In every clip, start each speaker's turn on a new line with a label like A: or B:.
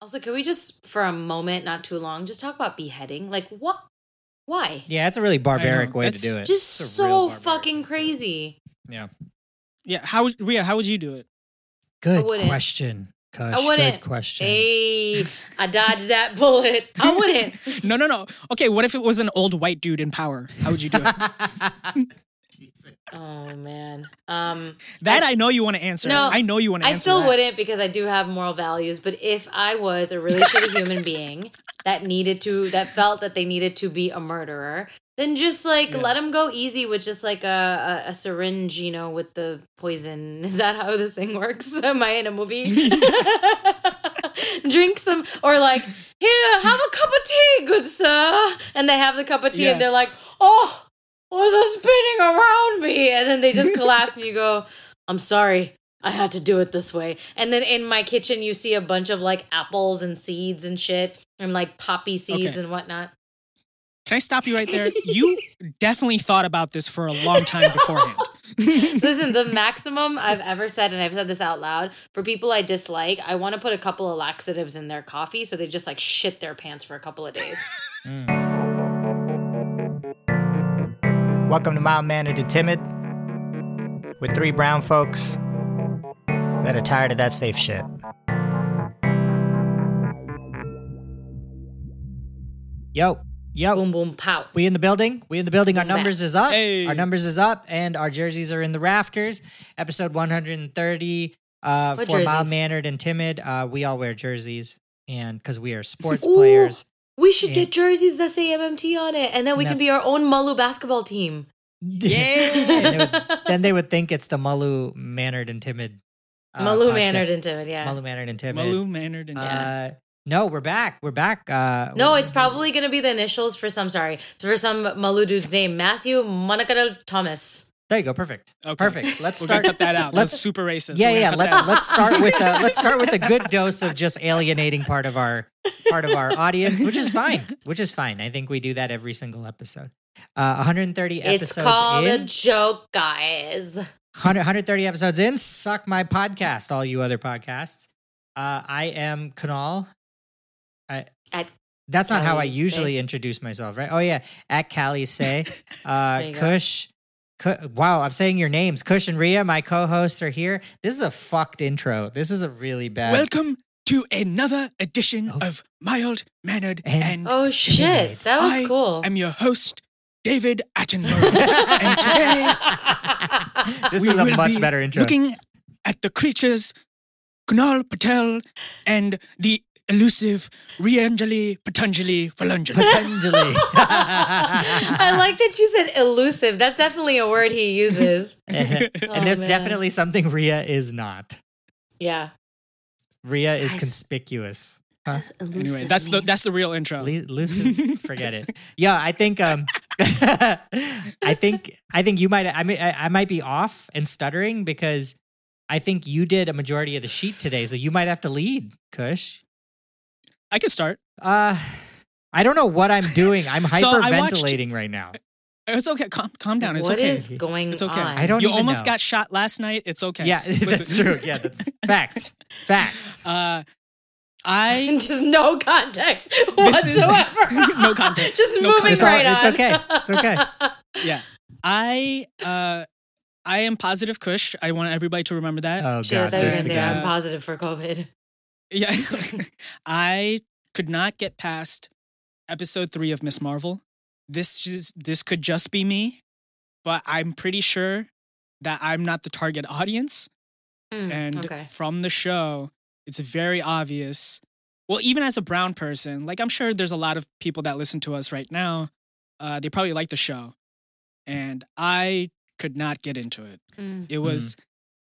A: Also, could we just, for a moment, not too long, just talk about beheading? Like, what? Why?
B: Yeah, that's a really barbaric way to
C: That's
B: do it.
A: Just
C: it's a real
A: so
C: barbaric
A: fucking
C: thing.
A: crazy.
B: yeah.
C: Yeah, how would yeah, how would you do it?
B: Good
A: wouldn't.
B: question. Kush,
A: wouldn't.
B: Good question.
A: Hey, I dodged that bullet. I wouldn't.
C: No, no, no. Okay, what if it was an old white dude in power? How would you do it?
A: Oh man. Um
C: That
A: I
C: I,
A: s-
C: know you want to answer.
A: No,
C: I know you want to
A: I
C: answer.
A: still
C: that.
A: wouldn't because I do have moral values, but if I was a really shitty human being that needed to that felt that they needed to be a murderer, then just like
C: Yeah.
A: let them go easy with just like a, a a syringe, you know, with the poison. Is that how this thing works? Am I in a movie? Drink some or like here, have a cup of tea, good sir. And they have the cup of tea
C: Yeah.
A: and they're like, oh, was it spinning around me? And then they just collapse and you go, I'm sorry. I had to do it this way. And then in my kitchen, you see a bunch of like apples and seeds and shit and like poppy seeds
C: Okay.
A: and whatnot.
C: Can I stop you right there? You definitely thought about this for a long time beforehand.
A: Listen, the maximum I've ever said, and I've said this out loud for people I dislike, I want to put a couple of laxatives in their coffee so they just like shit their pants for a couple of days.
B: Mm.
D: Welcome to Mild Mannered and Timid with three brown folks that are tired of that safe shit.
B: Yo, yo.
A: boom, boom, pow.
B: We in the building. We in the building. Our
A: Back.
B: numbers is up.
C: Hey.
B: Our numbers is up, and our jerseys are in the rafters. Episode 130 uh,
A: What
B: for
A: jerseys?
B: mild mannered and timid. Uh, we all wear jerseys, and because we are sports
A: Ooh.
B: players.
A: We should
B: Yeah.
A: get jerseys that say MMT on it, and then we
B: No.
A: can be our own Mulu basketball team.
B: And they would- then they would think it's the Malu mannered and timid. uh,
A: Malu
B: podcast.
A: mannered into it, yeah.
B: Malu mannered and timid.
C: Malu mannered and
B: Uh, no, we're back. We're back. Uh,
A: No, it's probably going to be the initials for some, sorry, for some Malu dude's name Matthew Monacado Thomas.
B: there you go. Perfect.
C: Okay.
B: Perfect. Let's
C: We're
B: start.
C: gonna cut that out.
B: let's-
C: That's super racist.
B: yeah,
C: We're gonna
B: yeah.
C: cut
B: Let,
C: that out.
B: let's start with a, let's start with a good dose of just alienating part of our part of our audience, which is fine. Which is fine. I think we do that every single episode. Uh, 130
A: It's
B: episodes
A: called
B: in.
A: a joke, guys.
C: Mm,
B: 100, 130 episodes in. Suck my podcast, all you other podcasts. Uh, I am Kunal. I,
A: At
B: that's not how I
A: Cali Say.
B: usually introduce myself, right? Oh yeah, at Cali say, uh,
A: you go.
B: Kush. Ku- wow, I'm saying your names. Kush and Ria, my co-hosts, are here. This is a fucked intro. This is a really bad.
C: Welcome to another edition
B: Uh, Oh.
C: of Mild Mannered
B: And-
C: and.
A: Oh shit, that was
C: I
A: cool.
C: I'm your host, David Attenborough, and today
B: this
C: we
B: is a
C: will
B: much
C: be
B: better intro.
C: Looking at the creatures, Kunal Patel and the elusive Rianjali Patanjali Phalanjali.
B: Potentially.
A: I like that you said elusive. That's definitely a word he uses. Oh,
B: and there's
A: man.
B: definitely something Ria is not.
A: Yeah.
B: Ria is
A: Guys.
B: conspicuous. Huh?
C: Anyway, that's the that's the real intro.
B: Lu- Lucid, forget it. Yeah, I think um, I think I think you might. I mean, I, I might be off and stuttering because I think you did a majority of the sheet today, so you might have to lead, Kush.
C: I can start.
B: Uh, I don't know what I'm doing. I'm
C: So I watched-
B: hyperventilating right now.
C: It's okay. Calm, calm down. It's
A: What
C: okay.
A: is going
C: It's okay.
A: on?
B: I don't
C: You
B: even
C: almost
B: know.
C: got shot last night. It's okay.
B: Yeah, that's
C: Listen.
B: true. Yeah, that's facts. Facts.
C: Uh, I
A: Just no context
C: This is-
A: whatsoever.
C: No context.
A: Just
C: No
A: moving
C: context.
A: right
B: It's all-
A: on.
B: it's okay. It's
C: yeah. I uh, I am positive Kush. I want everybody to remember that.
B: oh
A: Shit, I
B: god,
A: thought you were
B: this
A: gonna say
B: again.
A: I'm positive for COVID.
C: Yeah. I could not get past episode three of Miss Marvel. This just, this could just be me, but I'm pretty sure that I'm not the target audience.
A: Mm,
C: And
A: okay.
C: from the show, it's very obvious. Well, even as a brown person, like I'm sure there's a lot of people that listen to us right now. Uh, they probably like the show, and I could not get into it.
A: Mm.
C: It was.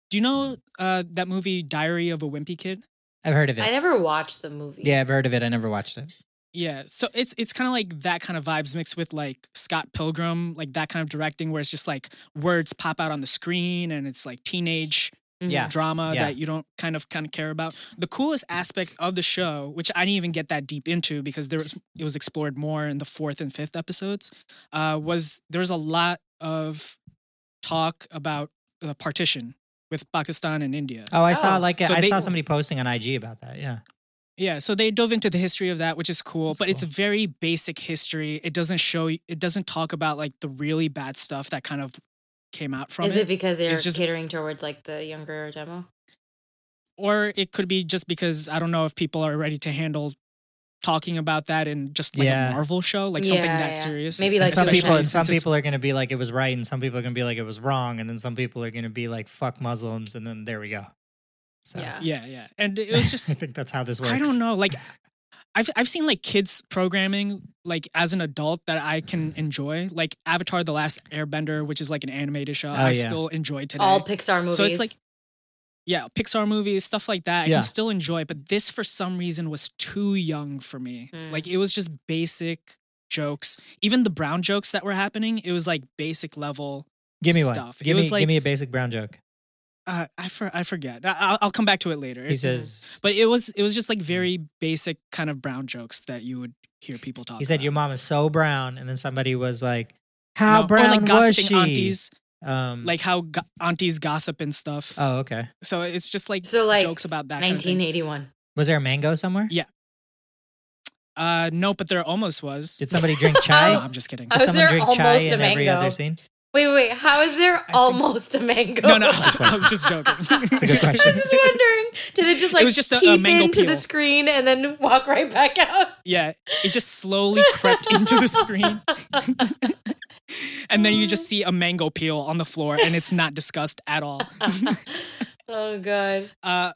C: Do you know uh, that movie Diary of a Wimpy Kid?
B: I've heard of
A: I
B: it.
A: never watched the movie.
B: Yeah, I've heard of it. I never watched it.
C: Yeah, so it's it's kind of like that kind of vibes mixed with like Scott Pilgrim, like that kind of directing where it's just like words pop out on the screen and it's like teenage
A: Mhm.
B: Yeah.
C: drama
B: Yeah.
C: that you don't kind of kind of care about. The coolest aspect of the show, which I didn't even get that deep into because there was it was explored more in the fourth and fifth episodes, uh, was there was a lot of talk about the partition with Pakistan and India.
B: Oh, I saw
A: Oh.
B: like
C: So
B: I
C: they-
B: saw somebody posting on IG about that. Yeah.
C: Yeah, so they dove into the history of that, which is cool, but it's very basic history. It doesn't show, it doesn't talk about like the really bad stuff that kind of came out from
A: Is it, because they're
C: It's just-
A: catering towards like the younger demo?
C: or it could be just because I don't know if people are ready to handle talking about that in just like
B: Yeah.
C: a Marvel show, like something
A: Yeah,
C: that
A: yeah.
C: serious.
A: Maybe,
B: And
A: like,
B: some
A: Suicide
B: people,
A: Squad.
B: some
C: It's-
B: people are going to be like it was right, and some people are going to be like it was wrong, and then some people are going to be like fuck Muslims, and then there we go. So
A: Yeah.
C: Yeah, yeah. And it was
B: I
C: just
B: think that's how this works.
C: I don't know, like I've I've seen like kids programming like as an adult that I can enjoy, like Avatar the Last Airbender, which is like an animated show
B: Oh,
C: I
B: yeah.
C: still enjoy today.
A: All Pixar movies.
C: So it's like, yeah, Pixar movies, stuff like that. I
B: Yeah.
C: can still enjoy, but this for some reason was too young for me.
A: Mm.
C: Like it was just basic jokes. Even the brown jokes that were happening, it was like basic level.
B: Give me one.
C: stuff. It
B: Give
C: was
B: me, give
C: like-
B: me a basic brown joke.
C: Uh, I for, I forget. I, I'll, I'll come back to it later.
B: He Hmm.
C: It's-
B: says.
C: but it was it was just like very basic kind of brown jokes that you would hear people talk.
B: He said
C: about.
B: your mom is so brown, and then somebody was like,
C: No,
B: "How brown
C: or like
B: was
C: gossiping
B: she?"
C: aunties,
B: um,
C: like how go- aunties gossip and stuff.
B: oh okay.
C: so it's just like
A: So, like,
C: jokes about that. kind of thing.
A: 1981.
B: Was there a mango somewhere?
C: Yeah. Uh, no, but there almost was.
B: Did somebody drink chai?
C: No, I'm just kidding.
B: Does
A: Oh, was there
B: someone drink chai
A: almost
B: in
A: a
B: every
A: mango?
B: other scene?
A: Wait, wait, wait. How is there
C: so.
A: almost a mango?
C: No, no, I was, I was just joking.
B: It's a good
A: I was
B: question.
A: just wondering. Did it just like
C: was just a- a
A: peep
C: mango
A: into the
C: peel.
A: screen and then walk right back out?
C: yeah, it just slowly crept into the screen. and then you just see a mango peel on the floor, and it's not discussed at all.
A: oh god.
C: Uh,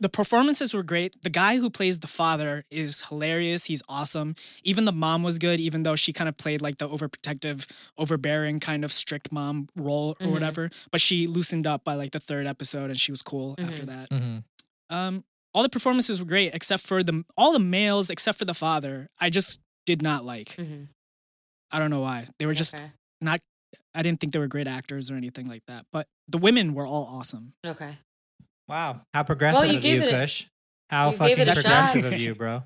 C: the performances were great. The guy who plays the father is hilarious. He's awesome. Even the mom was good, even though she kind of played like the overprotective, overbearing, kind of strict mom role or
B: Mm-hmm.
A: Mhm.
C: whatever. But she loosened up by like the third episode, and she was cool after that.
B: Mhm.
C: Um, all the performances were great except for the all the males except for the father. I just did not like.
A: Mhm.
C: I don't know why. They Mm-hmm. were just
A: okay.
C: not. I didn't think they were great actors or anything like that. But the women were all awesome.
A: okay.
B: Wow, how progressive
A: you
B: of
A: gave
B: you,
A: it a-
B: Kush. How
A: you gave
B: fucking
A: it
C: a
B: progressive
C: shot.
B: of you, bro.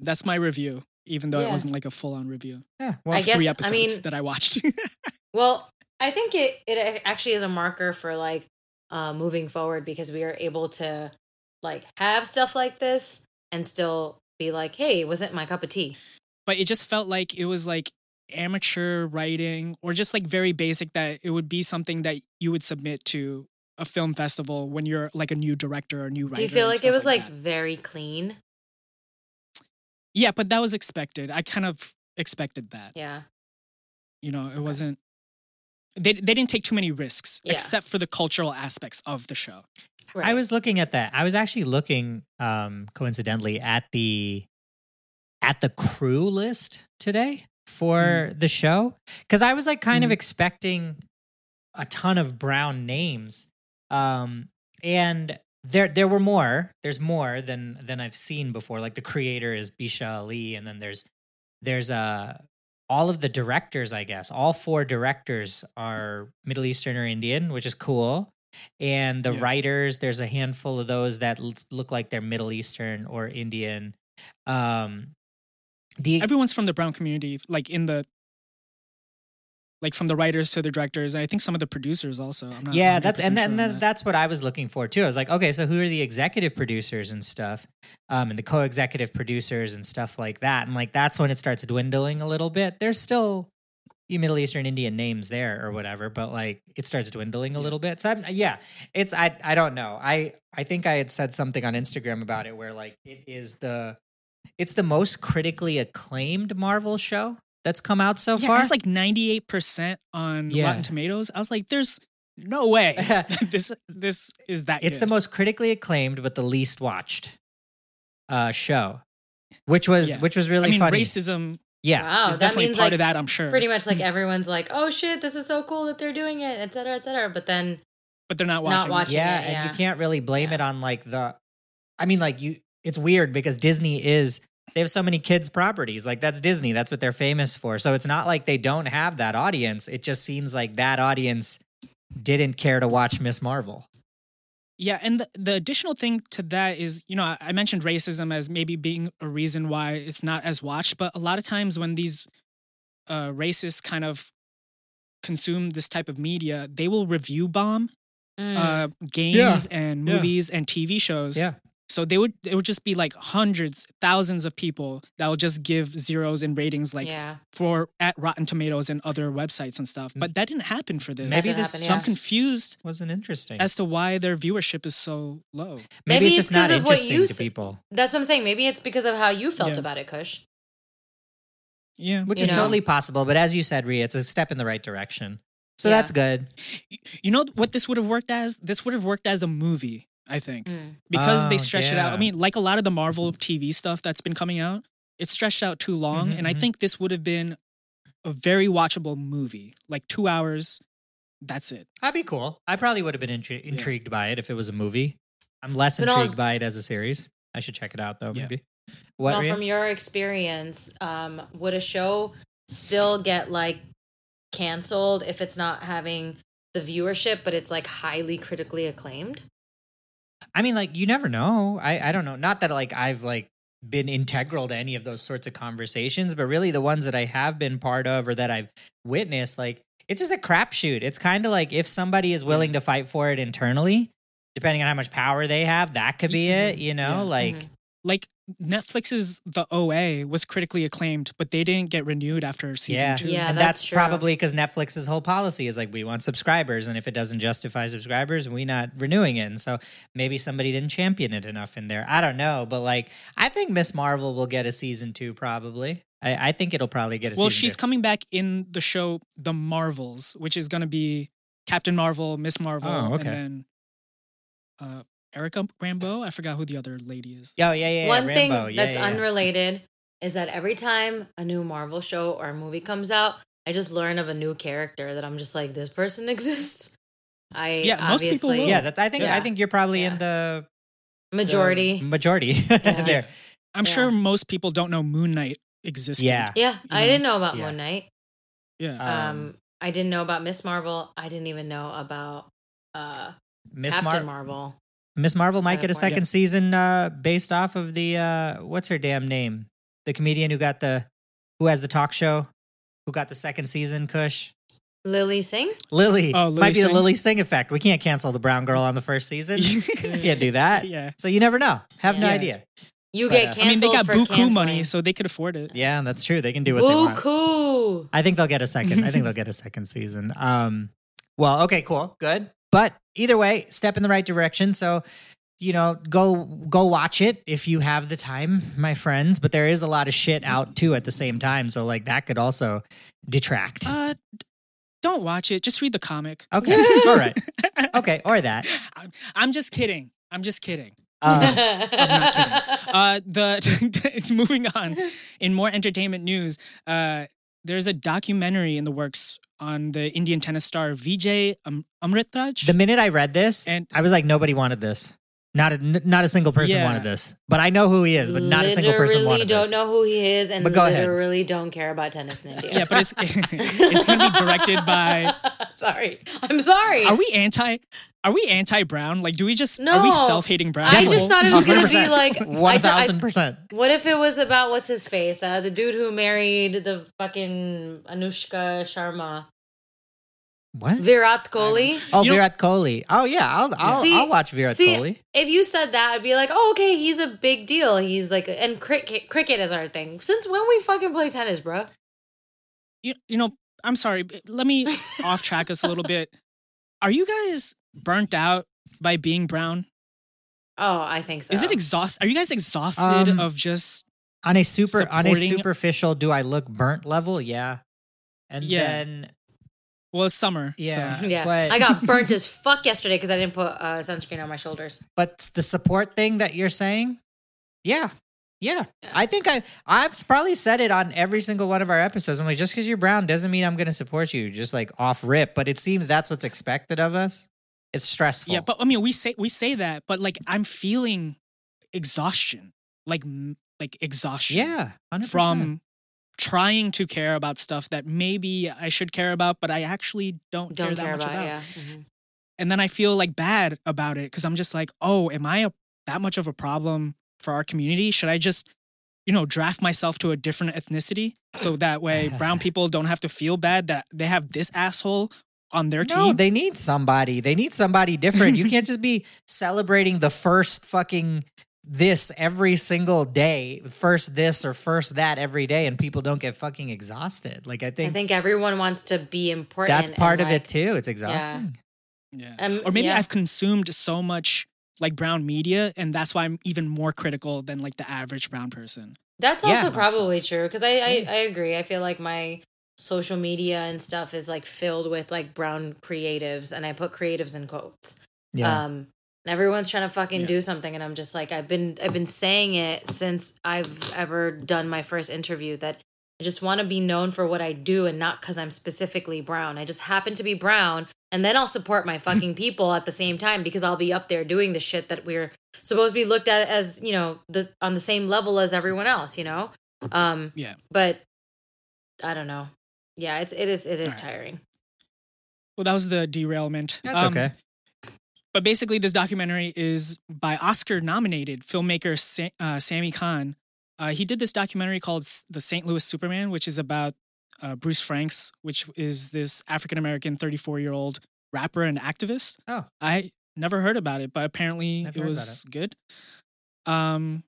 C: That's my review, even though
A: Yeah.
C: it wasn't like a full on review.
B: Yeah.
A: I
B: Well,
A: guess.
C: Three episodes
A: I mean,
C: that I watched.
A: well, I think it it actually is a marker for like uh, moving forward because we are able to like have stuff like this and still be like, hey, it wasn't my cup of tea.
C: but it just felt like it was like amateur writing or just like very basic that it would be something that you would submit to a film festival when you're like a new director or new writer.
A: Do you feel
C: and
A: like it
C: stuff
A: was like,
C: that.
A: very clean?
C: Yeah, but that was expected. I kind of expected that.
A: Yeah.
C: You know, it wasn't. They they didn't take too many risks,
A: Yeah.
C: except for the cultural aspects of the show.
A: Right.
B: I was looking at that. I was actually looking, um, coincidentally, at the at the crew list today for the show because I was like kind of
C: Mm.
B: expecting a ton of brown names, um, and there there were more. There's more than than I've seen before. Like the creator is Bisha Ali, and then there's there's uh, all of the directors. I guess all four directors are Middle Eastern or Indian, which is cool and the
C: Yeah.
B: writers there's a handful of those that l- look like they're middle eastern or indian um the
C: Everyone's from the brown community, like in the like from the writers to the directors, and I think some of the producers also. Uh, I'm not
B: yeah that's
C: 100%
B: and
C: sure
B: then
C: on that.
B: that's what i was looking for too i was like okay so who are the executive producers and stuff um and the co-executive producers and stuff like that and like that's when it starts dwindling a little bit there's still you middle eastern indian names there or whatever but like it starts dwindling a little bit so I'm, yeah it's i i don't know i i think i had said something on instagram about it where like it is the it's the most critically acclaimed marvel show that's come out so
C: yeah,
B: far
C: it's like 98 percent on
B: Yeah.
C: Rotten Tomatoes. I was like, there's no way this this is that.
B: It's the
C: good.
B: most critically acclaimed but the least watched uh show, which was
C: Yeah.
B: which was really
C: I mean,
B: funny. Oh,
C: racism
B: yeah,
A: wow.
C: is
A: That
C: definitely
A: means
C: part
A: like
C: of that. Mm. I'm sure,
A: pretty much like everyone's like, oh shit, this is so cool that they're doing it, et cetera, et cetera. But then
C: but they're not watching.
A: Not
C: it.
A: watching
B: yeah,
A: it,
B: and
A: yeah.
B: you can't really blame
A: Yeah.
B: it on like the. I mean, like you, it's weird because Disney is they have so many kids properties. Like that's Disney. That's what they're famous for. So it's not like they don't have that audience. It just seems like that audience didn't care to watch Miss Marvel.
C: Yeah, and the, the additional thing to that is, you know, I- I mentioned racism as maybe being a reason why it's not as watched, but a lot of times when these uh, racists kind of consume this type of media, they will review bomb
A: mm,
C: uh, games and
B: Yeah.
C: movies and TV shows
B: Yeah.
C: So they would it would just be like hundreds, thousands of people that will just give zeros and ratings like
A: yeah.
C: for at Rotten Tomatoes and other websites and stuff. But that didn't happen for this.
B: Mm. Maybe
A: Doesn't happen,
B: this
C: so I'm
A: yeah.
C: confused
B: wasn't interesting.
C: as to why their viewership is so low.
B: maybe,
A: Maybe
B: it's
A: it's
B: just
A: 'cause
B: not
A: of what
B: interesting
A: you
B: to
A: s-
B: people,
A: That's what I'm saying. Maybe it's because of how you felt
C: Yeah.
A: about it, Kush.
C: Yeah.
B: which
A: You
B: is
A: know.
B: totally possible. But as you said, Rhea, it's a step in the right direction. So
A: Yeah.
B: that's good.
C: Y- You know what this would have worked as? This would have worked as a movie, I think.
A: Mm.
C: Because
B: Oh,
C: they stretched it out.
B: yeah.
C: I mean, like a lot of the Marvel TV stuff that's been coming out, it stretched out too long.
B: Mhm,
C: and I
B: mhm.
C: think this would have been a very watchable movie. Like two hours. That's it.
B: That'd be cool. I probably would have been intri- intrigued by it if it was a movie. I'm less
A: But all-
B: intrigued by it as a series. I should check it out though.
C: Yeah.
B: Maybe. What?
A: well,
B: Rhea?
A: from your experience, um, would a show still get like canceled if it's not having the viewership, but it's like highly critically acclaimed?
B: I mean, like you never know. I I don't know. Not that like I've like been integral to any of those sorts of conversations, but really the ones that I have been part of or that I've witnessed, like it's just a crapshoot. It's kind of like if somebody is willing to fight for it internally, depending on how much power they have, that could be
A: Mm-hmm.
B: it. You know,
C: Yeah.
B: like
A: Mhm.
C: Like Netflix's The OA was critically acclaimed, but they didn't get renewed after season
B: yeah,
C: two.
A: Yeah,
B: and
A: that's
B: that's
A: true.
B: probably because Netflix's whole policy is like we want subscribers, and if it doesn't justify subscribers, we not renewing it. And so maybe somebody didn't champion it enough in there. I don't know, but like I think Miss Marvel will get a season two probably. I, I think it'll probably get a
C: Well,
B: season
C: she's
B: two.
C: coming back in the show The Marvels, which is going to be Captain Marvel, Miss Marvel,
B: Oh, okay.
C: and then uh, Erica Rambeau. I forgot who the other lady is.
B: Oh yeah, yeah. yeah,
A: One thing
B: Rambo. Yeah,
A: that's
B: yeah, yeah.
A: unrelated is that every time a new Marvel show or a movie comes out, I just learn of a new character that I'm just like, this person exists. I
C: Yeah, most people
A: obviously
C: will.
B: Yeah, that's, I think
A: Yeah.
B: I think you're probably in
A: Yeah.
B: the
A: majority.
B: majority there.
C: I'm
A: Yeah.
C: sure most people don't know Moon Knight existed.
B: Yeah. Uh,
A: yeah, I
C: Yeah.
A: didn't know about
B: Yeah.
A: Moon Knight.
C: Yeah.
A: Um, I didn't know about Miss Marvel. I didn't even know about uh,
B: Miss Mar-
A: Captain Marvel.
B: Miss Marvel might get a
A: Kinda boring.
B: second season uh, based off of the uh, what's her damn name, the comedian who got the who has the talk show, who got the second season. Cush
A: Lily Singh?
B: Lily,
C: Oh, Lily
B: might be
C: Singh?
B: the Lily Sing effect. We can't cancel the brown girl on the first season. can't do that.
C: yeah.
B: So you never know. Have no
C: Yeah.
B: idea.
A: You
B: But,
A: get
B: uh,
A: canceled
C: I mean, they got
A: for
C: buku
A: canceling.
C: money, so they could afford it.
B: Yeah, that's true. They can do what they want.
A: Buku.
B: I think they'll get a second. I think they'll get a second season. Um, well, okay, cool, good. But either way, step in the right direction. So, you know, go go watch it if you have the time, my friends. But there is a lot of shit out too at the same time. So like that could also detract.
C: Uh, d- don't watch it. Just read the comic.
B: Okay, all right. Okay, or that.
C: I'm- I'm just kidding. I'm just kidding.
B: Um,
C: Uh, the moving on in more entertainment news. Uh, there's a documentary in the works on the Indian tennis star Vijay Am- Amritraj.
B: the minute I read this,
C: And-
B: I was like, nobody wanted this. Not a, n- not a single person
C: Yeah.
B: wanted this. But I know who he is. But not a single person
A: Literally
B: wanted
A: don't
B: this.
A: know who he is and
B: But go ahead.
A: literally don't care about tennis in India.
C: yeah, but it's it's gonna be directed by.
A: sorry. I'm sorry.
C: Are we anti? Are we anti Brown? Like, do we just are we
A: No.
C: self hating Brown?
A: I
C: people?
A: just thought it was gonna be
B: 100%.
A: like
B: One
A: I t- I-
B: thousand percent.
A: What if it was about what's his face? Uh, the dude who married the fucking Anushka Sharma.
B: What?
A: Virat Kohli.
B: Oh,
C: You know-
B: Virat Kohli. Oh yeah, I'll I'll,
A: See-
B: I'll watch Virat
A: see-
B: Kohli.
A: If you said that, I'd be like, oh, okay, he's a big deal. He's like, and cricket, cricket is our thing. Since when we fucking play tennis, bro?
C: you, you know, I'm sorry. but Let me off track us a little bit. Are you guys burnt out by being brown?
A: Oh, I think so.
C: Is it exhaust? Are you guys exhausted
B: Um,
C: of just?
B: On a super on a
C: supporting-
B: superficial do I look burnt level? Yeah. And
C: Yeah.
B: then
C: Well, it's summer.
B: yeah,
C: So.
A: Yeah,
B: But,
A: I got burnt as fuck yesterday because I didn't put uh, sunscreen on my shoulders.
B: but the support thing that you're saying, yeah. Yeah.
A: Yeah.
B: I think I I've probably said it on every single one of our episodes. I'm like, just because you're brown doesn't mean I'm gonna support you, just like off rip. But it seems that's what's expected of us. It's stressful.
C: Yeah, but I mean, we say we say that, but like I'm feeling exhaustion, like m- like exhaustion.
B: yeah, 100%.
C: from trying to care about stuff that maybe I should care about, but I actually don't,
A: Don't
C: care,
A: care
C: that much
A: about,
C: about.
A: it. Yeah, Mhm.
C: And then I feel like bad about it because I'm just like, oh, am I a, that much of a problem for our community? Should I just you know, draft myself to a different ethnicity so that way brown people don't have to feel bad that they have this asshole on their
B: No,
C: team.
B: they need somebody. They need somebody different. you can't just be celebrating the first fucking this every single day, first this or first that every day, and people don't get fucking exhausted. Like I think,
A: I think everyone wants to be important.
B: that's
A: and,
B: part of
A: like, uh,
B: it too. It's exhausting.
C: Yeah.
A: Um,
C: or maybe
A: yeah.
C: I've consumed so much like brown media, and that's why I'm even more critical than like the average brown person.
A: That's
B: Yeah,
A: also
B: and
C: stuff.
A: probably true because I, I I agree. I feel like my social media and stuff is like filled with like brown creatives, and I put creatives in quotes.
B: Yeah.
A: Um, and everyone's trying to fucking
C: Yeah.
A: do something, and I'm just like, I've been I've been saying it since I've ever done my first interview that I just want to be known for what I do and not because I'm specifically brown. I just happen to be brown, and then I'll support my fucking people at the same time because I'll be up there doing the shit that we're supposed to be looked at as you know the on the same level as everyone else. You know, um,
C: Yeah.
A: But I don't know. Yeah, it's it is it is
C: Alright.
A: tiring.
C: Well, that was the derailment.
B: That's
C: Um,
B: okay.
C: But basically, this documentary is by Oscar nominated filmmaker Sa- uh, Sammy Kahn. Uh, he did this documentary called S- The St. Louis Superman, which is about uh, Bruce Franks, which is this African American 34 year old rapper and activist.
B: Oh.
C: I never heard about it, but apparently
B: Never heard
C: it
B: about
C: was good. Um,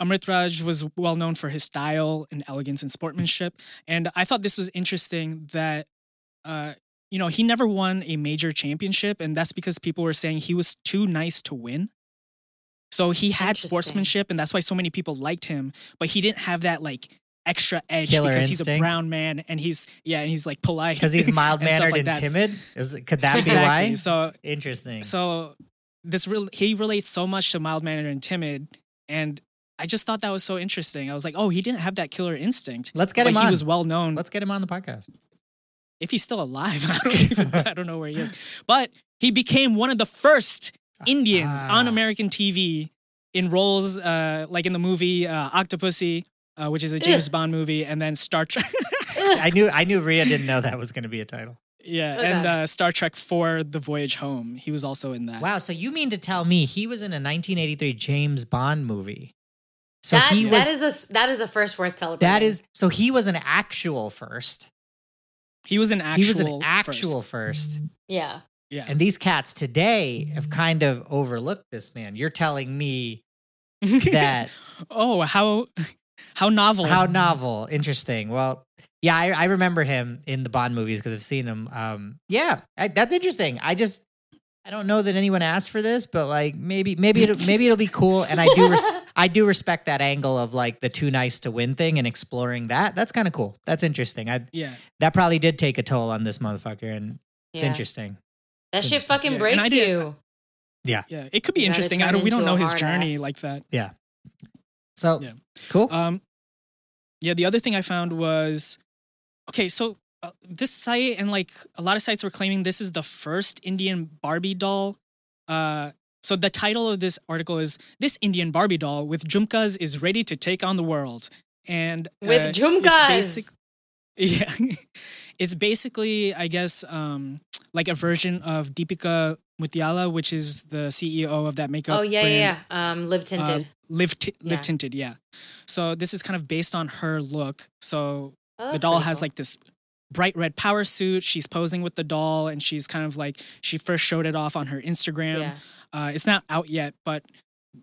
C: Amrit Raj was well known for his style and elegance and sportsmanship. And I thought this was interesting that, uh, you know, he never won a major championship. And that's because people were saying he was too nice to win. So he had
A: Interesting.
C: sportsmanship, and that's why so many people liked him. But he didn't have that like extra edge
B: Killer
C: because he's a
B: instinct.
C: brown man and he's yeah, and he's like polite
B: Because he's
C: and
B: mild mannered
C: stuff
B: and,
C: like that.
B: timid. Is could that
C: exactly.
B: be why?
C: So
B: Interesting.
C: so this real he relates so much to mild mannered and timid, and I just thought that was so interesting. I was like, oh, he didn't have that killer instinct.
B: Let's get
C: but
B: him
C: he
B: on.
C: was well known.
B: Let's get him on the podcast.
C: if he's still alive, I don't even I don't know where he is. But he became one of the first Indians on
B: Ah.
C: American TV in roles uh, like in the movie uh, Octopussy, uh, which is a James
A: Ugh.
C: Bond movie, and then Star Trek.
B: I knew I knew Rhea didn't know that was going to be a title.
C: yeah,
A: Oh,
C: and
A: God.
C: uh, Star Trek Four: The Voyage Home. He was also in that.
B: Wow. So you mean to tell me he was in a 1983 James Bond movie? So
A: that
B: he was.
A: that is a s- that is a first worth celebrating.
B: that is so he was an actual first.
C: He was an actual.
B: he was an actual
C: first.
B: first.
A: Mm-hmm. yeah.
C: Yeah.
B: And these cats today have kind of overlooked this man. You're telling me that
C: oh, how how novel.
B: how novel, interesting. Well, yeah, I, I remember him in the Bond movies because I've seen him. Um, yeah, I, that's interesting. I just I don't know that anyone asked for this, but like maybe maybe it'll, maybe it'll be cool. And I do res- I do respect that angle of like the too nice to win thing and exploring that. That's kind of cool. That's interesting. I
C: yeah.
B: that probably did take a toll on this motherfucker, and it's
A: Yeah.
B: interesting.
A: That
B: It's
A: shit
B: interesting.
A: fucking
C: Yeah, and I
A: breaks
C: did-
A: you.
B: uh,
C: Yeah, it could be
A: You gotta
C: interesting. I
A: turn
C: don't, we don't
A: into a
C: know his
A: hard
C: journey
A: ass.
C: like that.
B: So
C: Yeah.
B: cool.
C: Um, yeah, the other thing I found was okay, so uh, this site and like a lot of sites were claiming this is the first Indian Barbie doll. Uh, so the title of this article is This Indian Barbie Doll with Jumkas is Ready to Take on the World. And uh,
A: With
C: it's
A: Jhumkas!
C: yeah. it's basically, I guess, um, like a version of Deepika Mutiala, which is the CEO of that makeup.
A: Oh yeah,
C: brand,
A: yeah, yeah. Um, live
C: uh,
A: tinted.
C: live, t- live
A: Yeah.
C: tinted, yeah. So this is kind of based on her look. So
A: Oh,
C: the
A: that's
C: doll
A: pretty
C: has
A: cool.
C: like this bright red power suit. She's posing with the doll, and she's kind of like she first showed it off on her Instagram.
A: yeah.
C: Uh, it's not out yet, but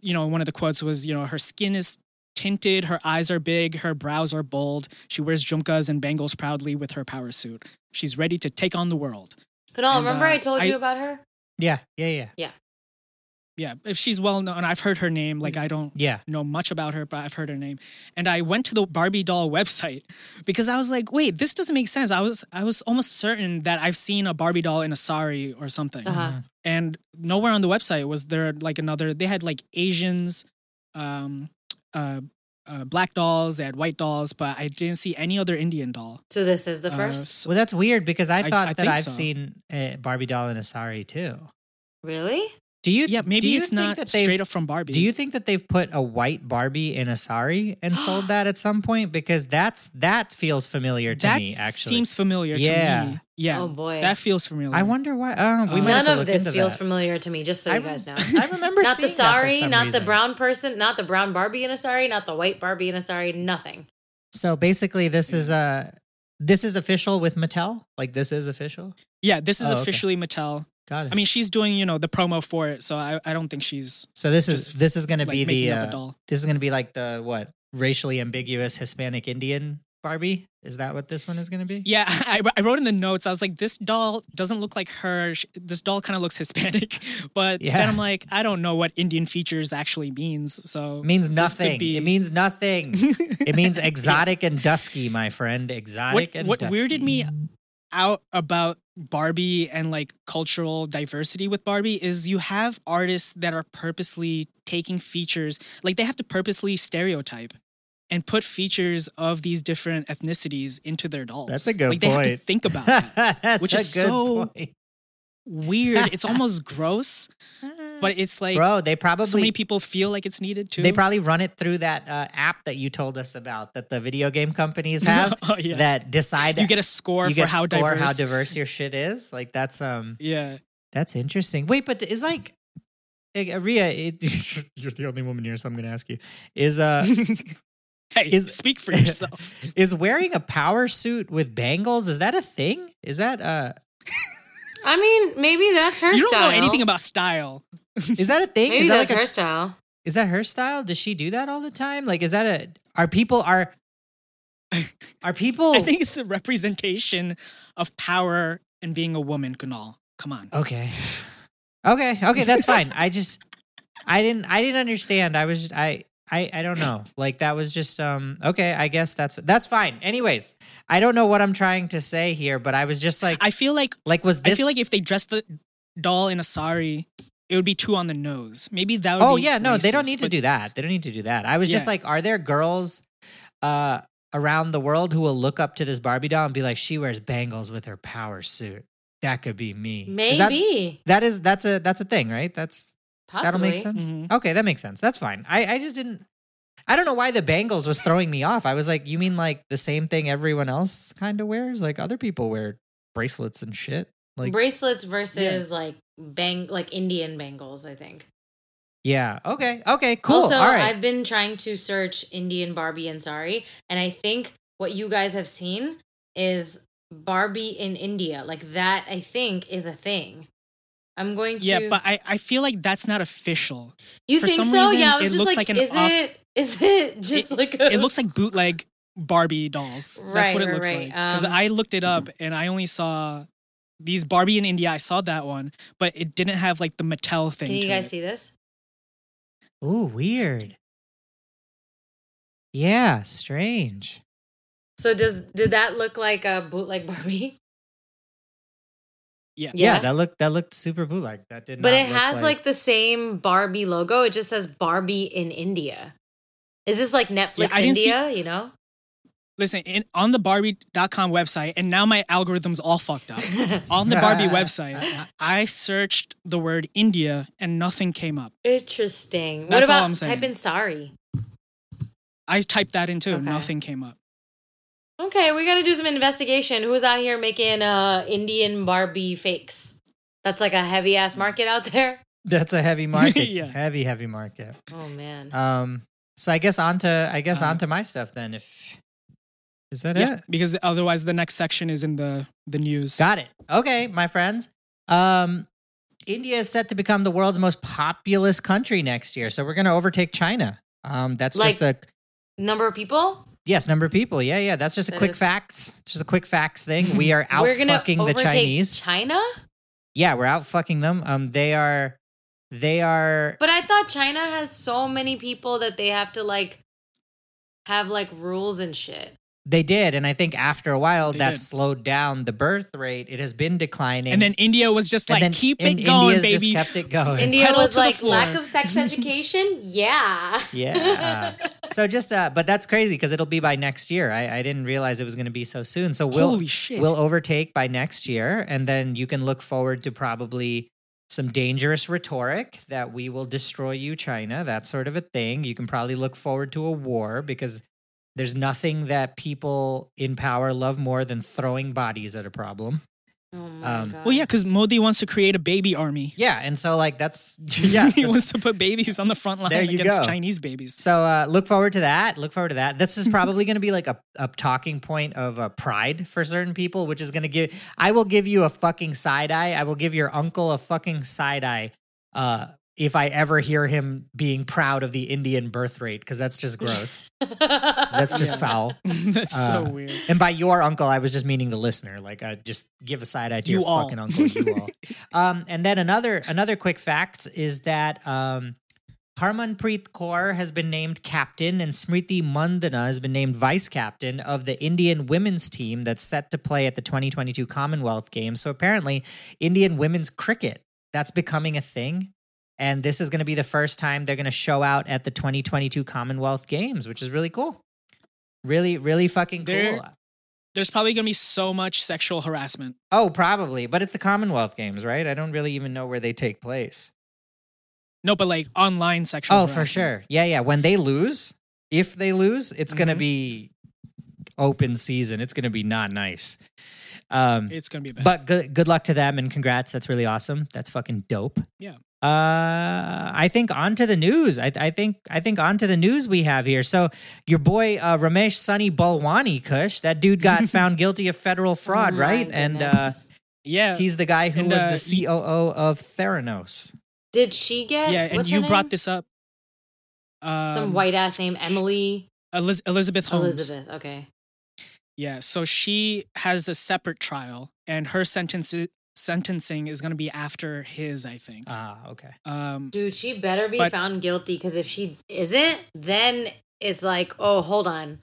C: you know, one of the quotes was, you know, her skin is tinted, her eyes are big, her brows are bold. She wears jumkas and bangles proudly with her power suit. She's ready to take on the world.
A: Kunal,
C: and,
A: remember
C: uh,
A: I told
C: I-
A: you about her?
B: yeah, yeah, yeah,
C: Yeah, if she's well known, I've heard her name. Like
A: Mm.
C: I don't
B: yeah.
C: know much about her, but I've heard her name. And I went to the Barbie doll website because I was like, wait, this doesn't make sense. I was I was almost certain that I've seen a Barbie doll in a sari or something.
A: Uh-huh.
B: Mm-hmm.
C: And nowhere on the website was there like another they had like Asians, um uh, uh black dolls, they had white dolls, but I didn't see any other Indian doll.
A: So this is the
C: Uh,
A: first.
C: so-
B: Well, that's weird because I
C: I-
B: thought
C: I
B: that
C: think
B: I've
C: so.
B: seen a Barbie doll in a sari too.
A: really?
B: Do you?
C: yeah,
B: do
C: maybe
B: you
C: it's
B: think
C: not
B: that they've-
C: straight up from Barbie.
B: Do you think that they've put a white Barbie in a sari and sold that at some point? Because that's that feels familiar to
C: that
B: me. Actually,
C: seems familiar to
B: Yeah.
C: me. Yeah.
A: Oh boy.
C: That feels familiar.
B: I wonder why. Um, we
C: Uh,
B: might have
A: None
B: to
A: of
B: look
A: this
B: into
A: feels
B: that.
A: familiar to me. Just so
B: I
A: you
B: rem-
A: guys know.
B: I remember
A: Not the
B: seeing that for
A: sorry,
B: some
A: not
B: reason.
A: the brown person, not the brown Barbie in a sorry, not the white Barbie in a sorry, nothing.
B: So basically, this is uh, a this is official with Mattel. Like this is official.
C: Yeah, this is
B: Oh, okay.
C: officially Mattel.
B: Got it.
C: I mean, she's doing you know the promo for it, so I, I don't think she's
B: so this is
C: just,
B: this is going to
C: like
B: be
C: making
B: the
C: up a
B: uh,
C: doll.
B: this is going to be like the what racially ambiguous Hispanic Indian Barbie. Is that what this one is going to be?
C: Yeah, I, I wrote in the notes. I was like, this doll doesn't look like her. Sh- This doll kind of looks Hispanic, but
B: Yeah.
C: then I'm like, I don't know what Indian features actually means. So
B: It means
C: This could
B: nothing.
C: be-
B: It means nothing. it means exotic and dusky, my friend. Exotic
C: what,
B: and
C: what
B: dusky.
C: weirded me out about Barbie and like cultural diversity with Barbie is you have artists that are purposely taking features, like they have to purposely stereotype and put features of these different ethnicities into their dolls.
B: That's a good
C: like, They have
B: point.
C: to think about that.
B: That's
C: Which
B: a
C: is
B: good
C: so-
B: point.
C: Weird. It's almost gross, but it's like
B: bro, they probably
C: so many people feel like it's needed too.
B: they probably run it through that uh, app that you told us about that the video game companies have
C: Oh, yeah.
B: that decide
C: you get a score
B: you
C: for
B: get
C: how
B: score
C: diverse.
B: how diverse your shit is. Like that's um
C: yeah.
B: that's interesting. Wait, but is like. eh, Ria, it, you're the only woman here, so I'm going to ask you: Is uh,
C: hey,
B: is-
C: speak for yourself.
B: is wearing a power suit with bangles is that a thing? Is that uh,
A: I mean, maybe that's her
C: you don't
A: style.
C: know anything about style.
B: is that a thing?
A: Maybe
B: is that
A: that's
B: like a
A: her style.
B: Is that her style? Does she do that all the time? Like, is that a are people are are people?
C: I think it's the representation of power and being a woman, Kunal. Come on.
B: okay, okay, okay. That's fine. I just I didn't I didn't understand. I was I. I, I don't know. Like that was just um okay, I guess that's that's fine. Anyways, I don't know what I'm trying to say here, but I was just like
C: I feel like
B: like was this
C: I feel like if they dressed the doll in a sari, it would be too on the nose. Maybe that would
B: Oh
C: be
B: yeah, no, they don't
C: racist,
B: need to
C: but
B: do that. They don't need to do that. I was just
C: Yeah.
B: like, are there girls uh around the world who will look up to this Barbie doll and be like, she wears bangles with her power suit. That could be me. Is that-
A: Maybe.
B: that is that's a that's a thing, right? That's
A: Possibly. Mm-hmm.
B: that'll make sense.
C: Mhm.
B: Okay, that makes sense. That's fine. I I just didn't I don't know why the bangles was throwing me off. I was like, you mean like the same thing everyone else kind of wears? Like other people wear bracelets and shit. Like
A: Bracelets versus like bang like Indian bangles, I think.
B: yeah. Okay. Okay. Cool.
A: Also,
B: All right.
A: I've been trying to search Indian Barbie and Sari, and I think what you guys have seen is Barbie in India. Like that, I think is a thing. I'm going to.
C: Yeah, but I, I feel like that's not official.
A: you
C: for
A: think
C: some
A: so?
C: reason,
A: yeah, I was
C: it
A: just
C: looks
A: like,
C: like an
A: is
C: off-
A: it? Is it just
C: It-
A: like a?
C: It looks like bootleg Barbie dolls.
A: Right,
C: that's what it
A: right,
C: looks
A: right.
C: like. Because
A: Um,
C: I looked it up
B: Mm-hmm.
C: and I only saw these Barbie in India. I saw that one, but it didn't have like the Mattel thing.
A: Can you
C: to
A: guys
C: it.
A: see this?
B: Ooh, weird. Yeah, strange.
A: So does did that look like a bootleg Barbie?
C: Yeah.
B: Yeah, that looked that looked super bootleg. That did,
A: But
B: not
A: it
B: look
A: has like the same Barbie logo. It just says Barbie in India. Is this like Netflix
C: I didn't see-
A: India? You know,
C: Listen, in, on the Barbie.com website, and now my algorithm's all fucked up. on the Barbie website, I- I searched the word India and nothing came up.
A: interesting. what
C: That's all
A: about
C: I'm saying.
A: type in sorry?
C: I typed that in too,
A: Okay.
C: nothing came up.
A: Okay, we got to do some investigation. Who's out here making uh Indian Barbie fakes? That's like a heavy ass market out there.
B: that's a heavy market.
C: Yeah.
B: Heavy, heavy market.
A: Oh man.
B: Um so I guess onto I guess
C: Uh,
B: onto my stuff then if is that
C: Yeah,
B: it?
C: because otherwise the next section is in the the news.
B: Got it. Okay, my friends. Um India is set to become the world's most populous country next year. So we're gonna overtake China. Um that's
A: Like-
B: just a
A: Number of people?
B: Yes, number of people. Yeah, yeah. That's just a
A: That
B: quick
A: is-
B: facts. Just a quick facts thing. We are out
A: We're gonna
B: fucking the
A: overtake
B: Chinese.
A: China?
B: yeah, we're out fucking them. Um, they are, they are.
A: But I thought China has so many people that they have to like have like rules and shit.
B: They did, and I think after a while
C: They
B: that
C: did.
B: slowed down the birth rate. It has been declining,
C: And then India was just
B: And
C: like,
B: then
C: keep
B: in-
C: it going,
B: India's
C: baby.
B: just kept it going.
A: India
C: Pedal to
A: was
C: the
A: like
C: floor.
A: lack of sex education. Yeah.
B: yeah. so just uh, but that's crazy because it'll be by next year. I, I didn't realize it was going to be so soon. So we'll
C: Holy shit!
B: will overtake by next year. And then you can look forward to probably some dangerous rhetoric that we will destroy you, China, that sort of a thing. You can probably look forward to a war because there's nothing that people in power love more than throwing bodies at a problem.
A: Oh my
B: Um,
A: god.
C: Well, yeah, because Modi wants to create a baby army.
B: Yeah, and so like that's yeah.
C: he
B: that's-
C: wants to put babies on the front line
B: There you
C: against
B: go.
C: Chinese babies.
B: so uh, look forward to that. Look forward to that. This is probably going to be like a, a talking point of uh, pride for certain people, which is going to give. I will give you a fucking side eye. I will give your uncle a fucking side eye uh, if I ever hear him being proud of the Indian birth rate because that's just gross. that's just foul.
C: That's
B: Uh,
C: so weird.
B: And by your uncle, I was just meaning the listener. Like, uh, just give a side eye to
C: You
B: your
C: all.
B: fucking uncle, you all. Um, and then another another quick fact is that um, Harmanpreet Kaur has been named captain, and Smriti Mandana has been named vice captain of the Indian women's team that's set to play at the 2022 Commonwealth Games. So apparently, Indian women's cricket that's becoming a thing. And this is going to be the first time they're going to show out at the 2022 Commonwealth Games, which is really cool. Really, really fucking
C: They're-
B: cool.
C: There's probably gonna be so much sexual harassment.
B: Oh, probably, but it's the Commonwealth Games, right? I don't really even know where they take place.
C: No, but like online sexual.
B: Oh, for
C: harassment.
B: sure. Yeah, yeah. When they lose, if they lose, it's gonna
A: Mm-hmm.
C: Mhm.
B: be open season. It's gonna be not nice. Um,
C: It's gonna be bad.
B: but good good luck to them and congrats. That's really awesome. That's fucking dope.
C: Yeah.
B: Uh, I think on to the news. I, I think I think on to the news we have here. So your boy uh, Ramesh Sunny Balwani Kush, that dude got found guilty of federal fraud,
A: Oh my
B: right? And uh,
A: goodness.
C: yeah,
B: he's the guy who
C: Oh, And,
B: was
C: uh,
B: the
C: he-
B: COO of Theranos.
A: did she get?
C: yeah, and
A: what's
C: you
A: her
C: brought
A: name?
C: this up. Um,
A: some white ass name Emily
C: Eliz- Elizabeth Holmes.
A: Elizabeth. Okay.
C: Yeah, so she has a separate trial, and her sentence sentencing is going to be after his, I think.
B: Ah, okay.
C: Um,
A: Dude, she better be
C: But-
A: found guilty because if she isn't, then it's like, oh, hold on.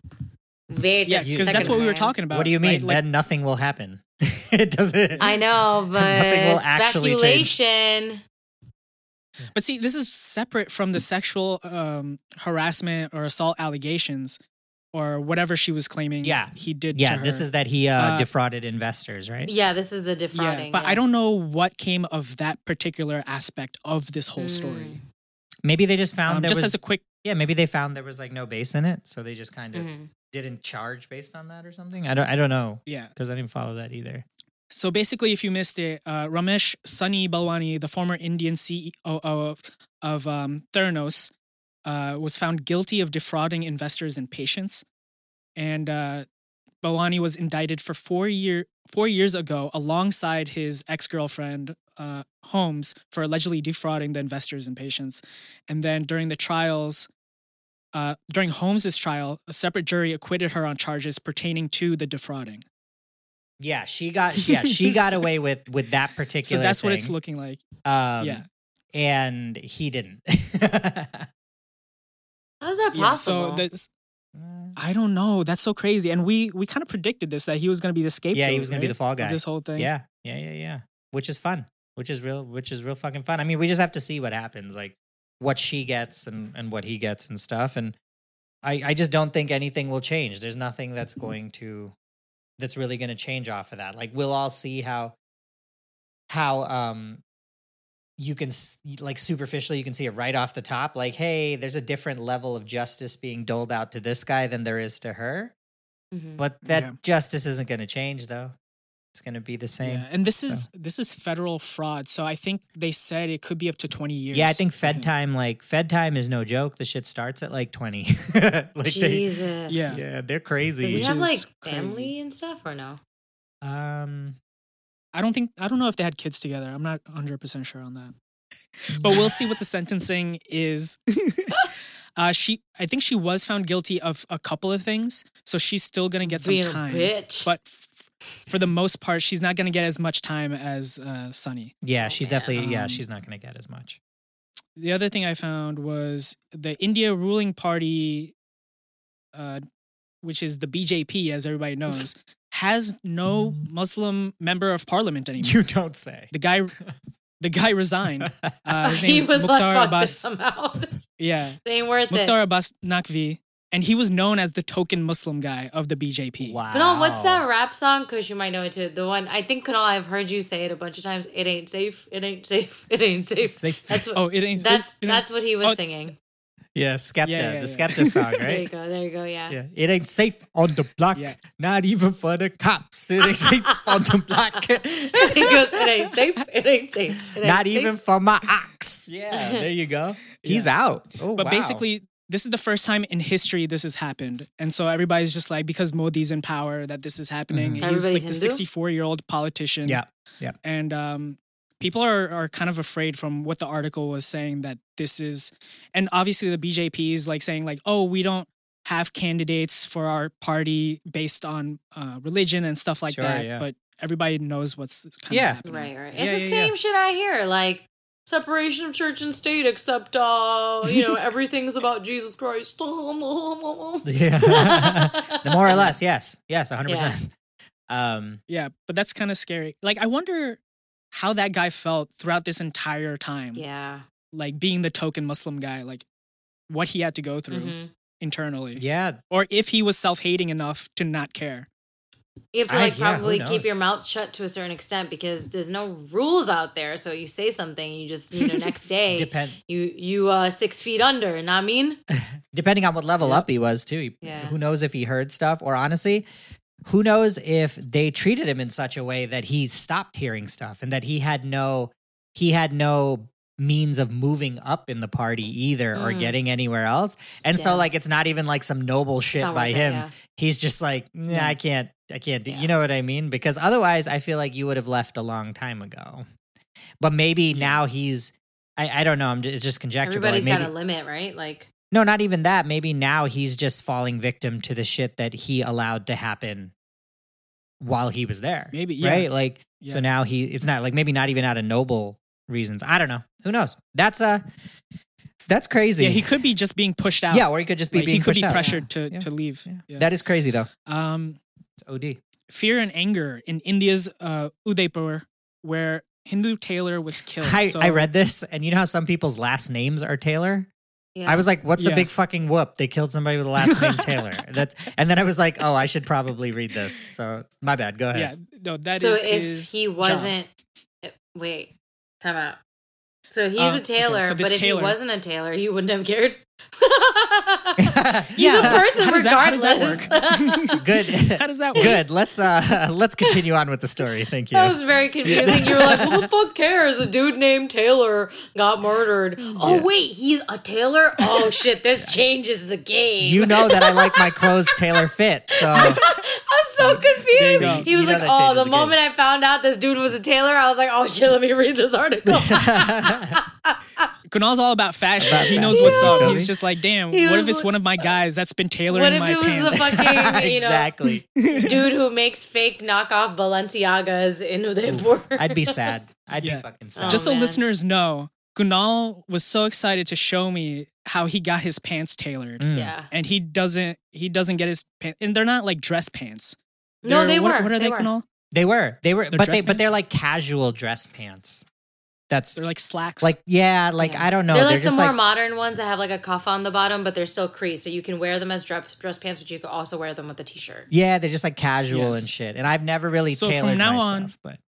A: Wait,
C: yeah,
A: a
B: you-
C: because that's
A: second,
C: what we were
A: man.
C: talking about.
B: What do you
C: right?
B: mean?
C: Like,
B: then nothing will happen. it doesn't.
A: I know,
B: Nothing
A: but
B: will actually change.
A: speculation.
C: but see, this is separate from the sexual um, harassment or assault allegations, or whatever she was claiming.
B: Yeah.
C: he did. to
B: Yeah,
C: her.
B: this is that he uh,
C: Uh,
B: defrauded investors, right?
A: Yeah, this is the defrauding.
C: Yeah, but I don't know what came of that particular aspect of this whole story.
B: Maybe they just found
C: Um,
B: there
C: just
B: was.
C: as a quick,
B: yeah, maybe they found there was like no base in it, so they just kind of
A: Mhm.
B: didn't charge based on that or something. I don't. I don't know
C: yeah.
B: because I didn't follow that either.
C: So basically, if you missed it, uh, Ramesh Sunny Balwani, the former Indian CEO of, of um, Theranos, uh, was found guilty of defrauding investors and patients. And uh, Balwani was indicted for four year four years ago alongside his ex girlfriend uh, Holmes for allegedly defrauding the investors and patients. And then during the trials. Uh, during Holmes's trial, a separate jury acquitted her on charges pertaining to the defrauding.
B: Yeah, she got. Yeah, she got away with with that
C: So
B: particular.
C: that's what it's
B: thing,
C: looking like.
B: Um,
C: yeah.
B: and he didn't.
A: How is that
C: Yeah,
A: possible?
C: so that's
B: Uh,
C: I don't know. That's so crazy. And we we kind of predicted this that he was going to be the scapegoat.
B: yeah, he was gonna be
C: right,
B: the fall
C: of
B: guy.
C: This whole thing.
B: Yeah, yeah, yeah, yeah. Which is fun. Which is real. Which is real fucking fun. I mean, we just have to see what happens, like what she gets and and what he gets and stuff. And I I just don't think anything will change. There's nothing that's
C: Mm-hmm.
B: going to that's really going to change off of that. Like we'll all see how how um you can s- like superficially you can see it right off the top like hey there's a different level of justice being doled out to this guy than there is to her
A: Mhm.
B: but that
C: Yeah.
B: justice isn't going to change though it's going to be the same
C: Yeah, And this is this is federal fraud. So I think they said it could be up to 20 years.
B: Yeah, I think Fed
C: Okay.
B: time, like Fed time, is no joke. The shit starts at like twenty. like they,
A: Jesus.
C: Yeah.
B: yeah, they're
A: Does he
B: crazy.
C: Which
A: have
C: is
A: like
C: crazy.
A: family and stuff or no?
B: Um,
C: I don't think I don't know if they had kids together. I'm not 100% sure on that. But we'll see what the sentencing is. uh she I think she was found guilty of a couple of things, so she's still going to get some
A: Being a
C: time.
A: bitch.
C: But f- for the most part, she's not going to get as much time as uh Sunny.
B: yeah, she's
A: man.
B: definitely. yeah,
C: Um,
B: she's not gonna get as much.
C: the other thing I found was the India ruling party, uh, which is the BJP, as everybody knows, has no
A: Mm-hmm.
C: Muslim member of parliament anymore.
B: You don't say.
C: The guy, the guy resigned. Uh, his name
A: he
C: is
A: was like,
C: Mukhtar
A: fuck this
C: Abbas.
A: somehow.
C: Yeah,
A: they ain't worth it.
C: Mukhtar Abbas Naqvi, and he was known as the token Muslim guy of the BJP.
B: Wow.
A: Kunal, what's that rap song? Because you might know it too. The one I think Kunal, I've heard you say it a bunch of times. It ain't safe. It ain't safe. It ain't safe.
B: It's like-
A: That's what.
C: Oh, it ain't.
A: that's
C: it ain't-
A: that's what he was
C: oh.
A: singing.
B: Yeah, Skepta,
C: yeah, yeah.
B: the Skepta song,
A: There you
B: Oh, right?
A: go. There you go. Yeah.
B: Yeah, it ain't safe on the block,
C: Yeah.
B: not even for the cops. It ain't safe on the block,
A: he goes, it ain't safe. It ain't safe. It ain't
B: not
A: safe."
B: even for my ox. Yeah, there you go. He's out. Oh,
C: But
B: wow.
C: basically, this is the first time in history this has happened. And so everybody's just like, because Modi's in power, that this is happening.
B: Mhm.
A: So
C: He's like
A: everybody's
C: the
A: Hindu?
C: 64 year old politician.
B: yeah,
C: And um, people are, are kind of afraid from what the article was saying that this is, and obviously the BJP is like saying, like, oh, we don't have candidates for our party based on uh, religion and stuff like
B: Sure,
C: that.
B: yeah.
C: But everybody knows what's kind
B: Yeah.
C: of happening.
A: Right, right.
B: Yeah,
A: It's the
B: yeah,
A: same
B: yeah.
A: shit I hear. Like separation of church and state, except uh, you know, everything's about Jesus Christ.
B: yeah, more or less. Yes, yes, one hundred percent. Um,
C: Yeah, but that's kind of scary. Like, I wonder how that guy felt throughout this entire time.
A: Yeah.
C: Like, being the token Muslim guy, like, what he had to go through
A: mhm.
C: internally.
B: yeah,
C: Or if he was self hating enough to not care.
A: You have to
B: I-
A: like
B: yeah, who
A: probably
B: knows?
A: keep your mouth shut to a certain extent because there's no rules out there. So you say something, you just you know next day
B: depend
A: you you uh six feet under. And I mean,
B: depending on what level
C: Yeah.
B: up he was too. He,
A: Yeah.
B: Who knows if he heard stuff, or honestly, who knows if they treated him in such a way that he stopped hearing stuff and that he had no he had no means of moving up in the party either or
A: Mm.
B: getting anywhere else. And
A: Yeah.
B: so like it's not even like some noble
A: it's
B: shit
A: not
B: by
A: worth it,
B: him.
A: yeah.
B: He's just like, nah,
C: Yeah.
B: I can't I can't do
A: Yeah.
B: you know what I mean? Because otherwise I feel like you would have left a long time ago. But maybe now he's I, I don't know. I'm just, it's just conjecture. but, like,
A: Everybody's
B: maybe-
A: got a limit, right? Like
B: no, not even that. Maybe now he's just falling victim to the shit that he allowed to happen while he was there.
C: Maybe, yeah.
B: Right? Like
C: Yeah.
B: so now he it's not like maybe not even out of noble reasons. I don't know. Who knows? That's uh that's crazy.
C: Yeah, he could be just being pushed out.
B: Yeah, or he could just be
C: Like,
B: being
C: he could
B: pushed
C: be
B: out.
C: pressured to,
B: Yeah.
C: to leave.
B: Yeah.
C: Yeah.
B: That is crazy though.
C: um,
B: It's OD.
C: fear and anger in India's uh, Udaipur, where Hindu Taylor was killed.
B: I,
C: So-
B: I read this and you know how some people's last names are Taylor?
A: yeah.
B: I was like, what's the
C: Yeah.
B: big fucking whoop? They killed somebody with the last name Taylor. That's and then I was like, oh, I should probably read this. So my bad. Go ahead.
C: Yeah, no, that is
A: so if
C: his
A: he
C: job.
A: wasn't eh, wait time out so he's
C: Uh,
A: a
C: okay,
A: tailor
C: so this
A: but if
C: tailor-
A: he wasn't a tailor he wouldn't have cared he's
B: Yeah.
A: a person
C: How does that- how does
A: regardless
C: that
A: that,
C: work?
B: Good.
C: How does that work?
B: Good. Let's uh let's continue on with the story. Thank you.
A: was very confusing you were like who the fuck cares a dude named taylor got murdered oh
B: Yeah.
A: wait he's a tailor oh shit this changes the game
B: You know that I like my clothes tailor fit. So
A: I'm so confused.
C: go.
A: He was
B: You know
A: like, "Oh,
B: that changes
A: the,
B: the game."
A: moment I found out this dude was a tailor, I was like, oh shit, let me read this article."
C: Kunal's all about fashion.
B: About
C: he
B: fashion,
C: knows what's
B: you
C: up.
B: feel
C: He's
B: me?
C: just like, damn,
A: He
C: what
A: was
C: if it's
A: like-
C: one of my guys that's been tailoring
A: what if
C: my
A: it was
C: pants?
A: a fucking, you know,
B: exactly.
A: dude who makes fake knockoff Balenciagas in Udaipur.
B: I'd be sad. I'd
C: Yeah.
B: be fucking sad.
C: just
A: Oh,
C: so
A: man.
C: listeners know, Kunal was so excited to show me how he got his pants tailored.
B: Mm.
A: yeah.
C: And he doesn't he doesn't get his pants and they're not like dress pants.
A: No,
C: They're-
A: they
C: what,
A: were.
C: What are
A: they,
C: they,
A: were.
C: Kunal?
B: They were. They were
C: They're
B: but they
C: dress
B: but they're
C: pants?
B: like casual dress pants. That's
C: They're like slacks.
B: like yeah, like
A: Yeah.
B: I don't know.
A: they're
B: They're,
A: like the
B: just
A: more
B: like
A: modern ones that have like a cuff on the bottom, but they're still creased, so you can wear them as dress, dress pants, but you can also wear them with a t-shirt.
B: yeah, they're just like casual
C: Yes.
B: and shit. And I've never really
C: So from
B: tailored
C: now
B: my
C: on-
B: stuff, but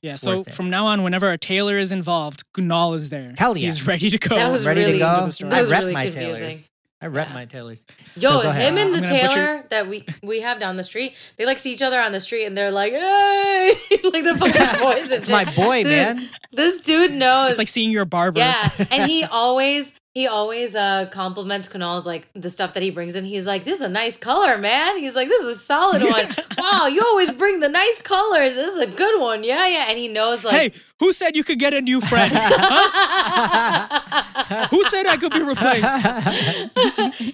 C: yeah.
B: it's
C: So
B: worth it.
C: from now on, whenever a tailor is involved, Kunal is there.
B: Hell yeah.
C: He's ready to go.
A: That was
B: ready
A: really-
B: to go.
C: Listen the story.
A: That
B: I
A: was
B: rep
A: really
B: my
A: confusing.
B: tailors. I rep
A: Yeah.
B: my tailors.
A: Yo,
B: So go ahead.
A: him and
C: I'm
A: the
C: gonna butcher-
A: tailor that we we have down the street, they like see each other on the street and they're like, "Hey!" like the fucking boys. and
B: It's my
A: shit.
B: boy,
A: Dude,
B: man.
A: This dude knows.
C: It's like seeing your barber.
A: Yeah, and he always he always uh compliments Kunal's like the stuff that he brings in. He's like, "This is a nice color, man." He's like, "This is a solid one. Wow, you always bring the nice colors. This is a good one. Yeah, yeah." And he knows
C: Hey,
A: like.
C: who said you could get a new friend? Huh? Who said I could be replaced?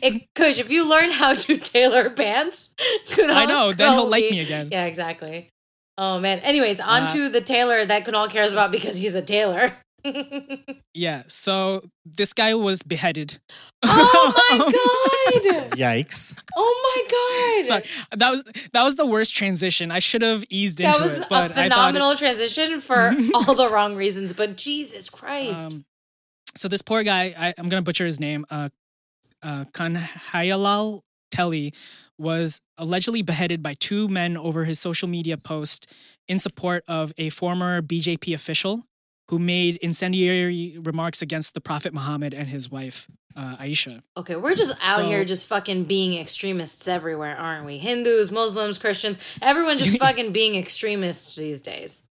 A: it, Kush, if you learn how to tailor pants, Kunal
C: I know, then he'll like
A: probably-
C: me again. Uh,
A: Yeah, exactly. Oh man. Anyways, on to the tailor that Kunal cares about because he's a tailor.
C: Yeah. So this guy was beheaded.
A: Oh my god!
B: Yikes.
A: Oh my god!
C: Sorry, that was that was the worst transition. I should have eased
A: that
C: into
A: was
C: it,
A: a
C: but
A: phenomenal transition for all the wrong reasons. But Jesus
C: I
A: Christ!
C: thought. It, um, so this poor guy, I, I'm gonna butcher his name. Uh, uh, Kanhayalal Telly was allegedly beheaded by two men over his social media post in support of a former BJP official who made incendiary remarks against the Prophet Muhammad and his wife uh, Aisha.
A: Okay, we're just out
C: So-
A: here just fucking being extremists everywhere, aren't we? Hindus, Muslims, Christians, everyone just fucking being extremists these days.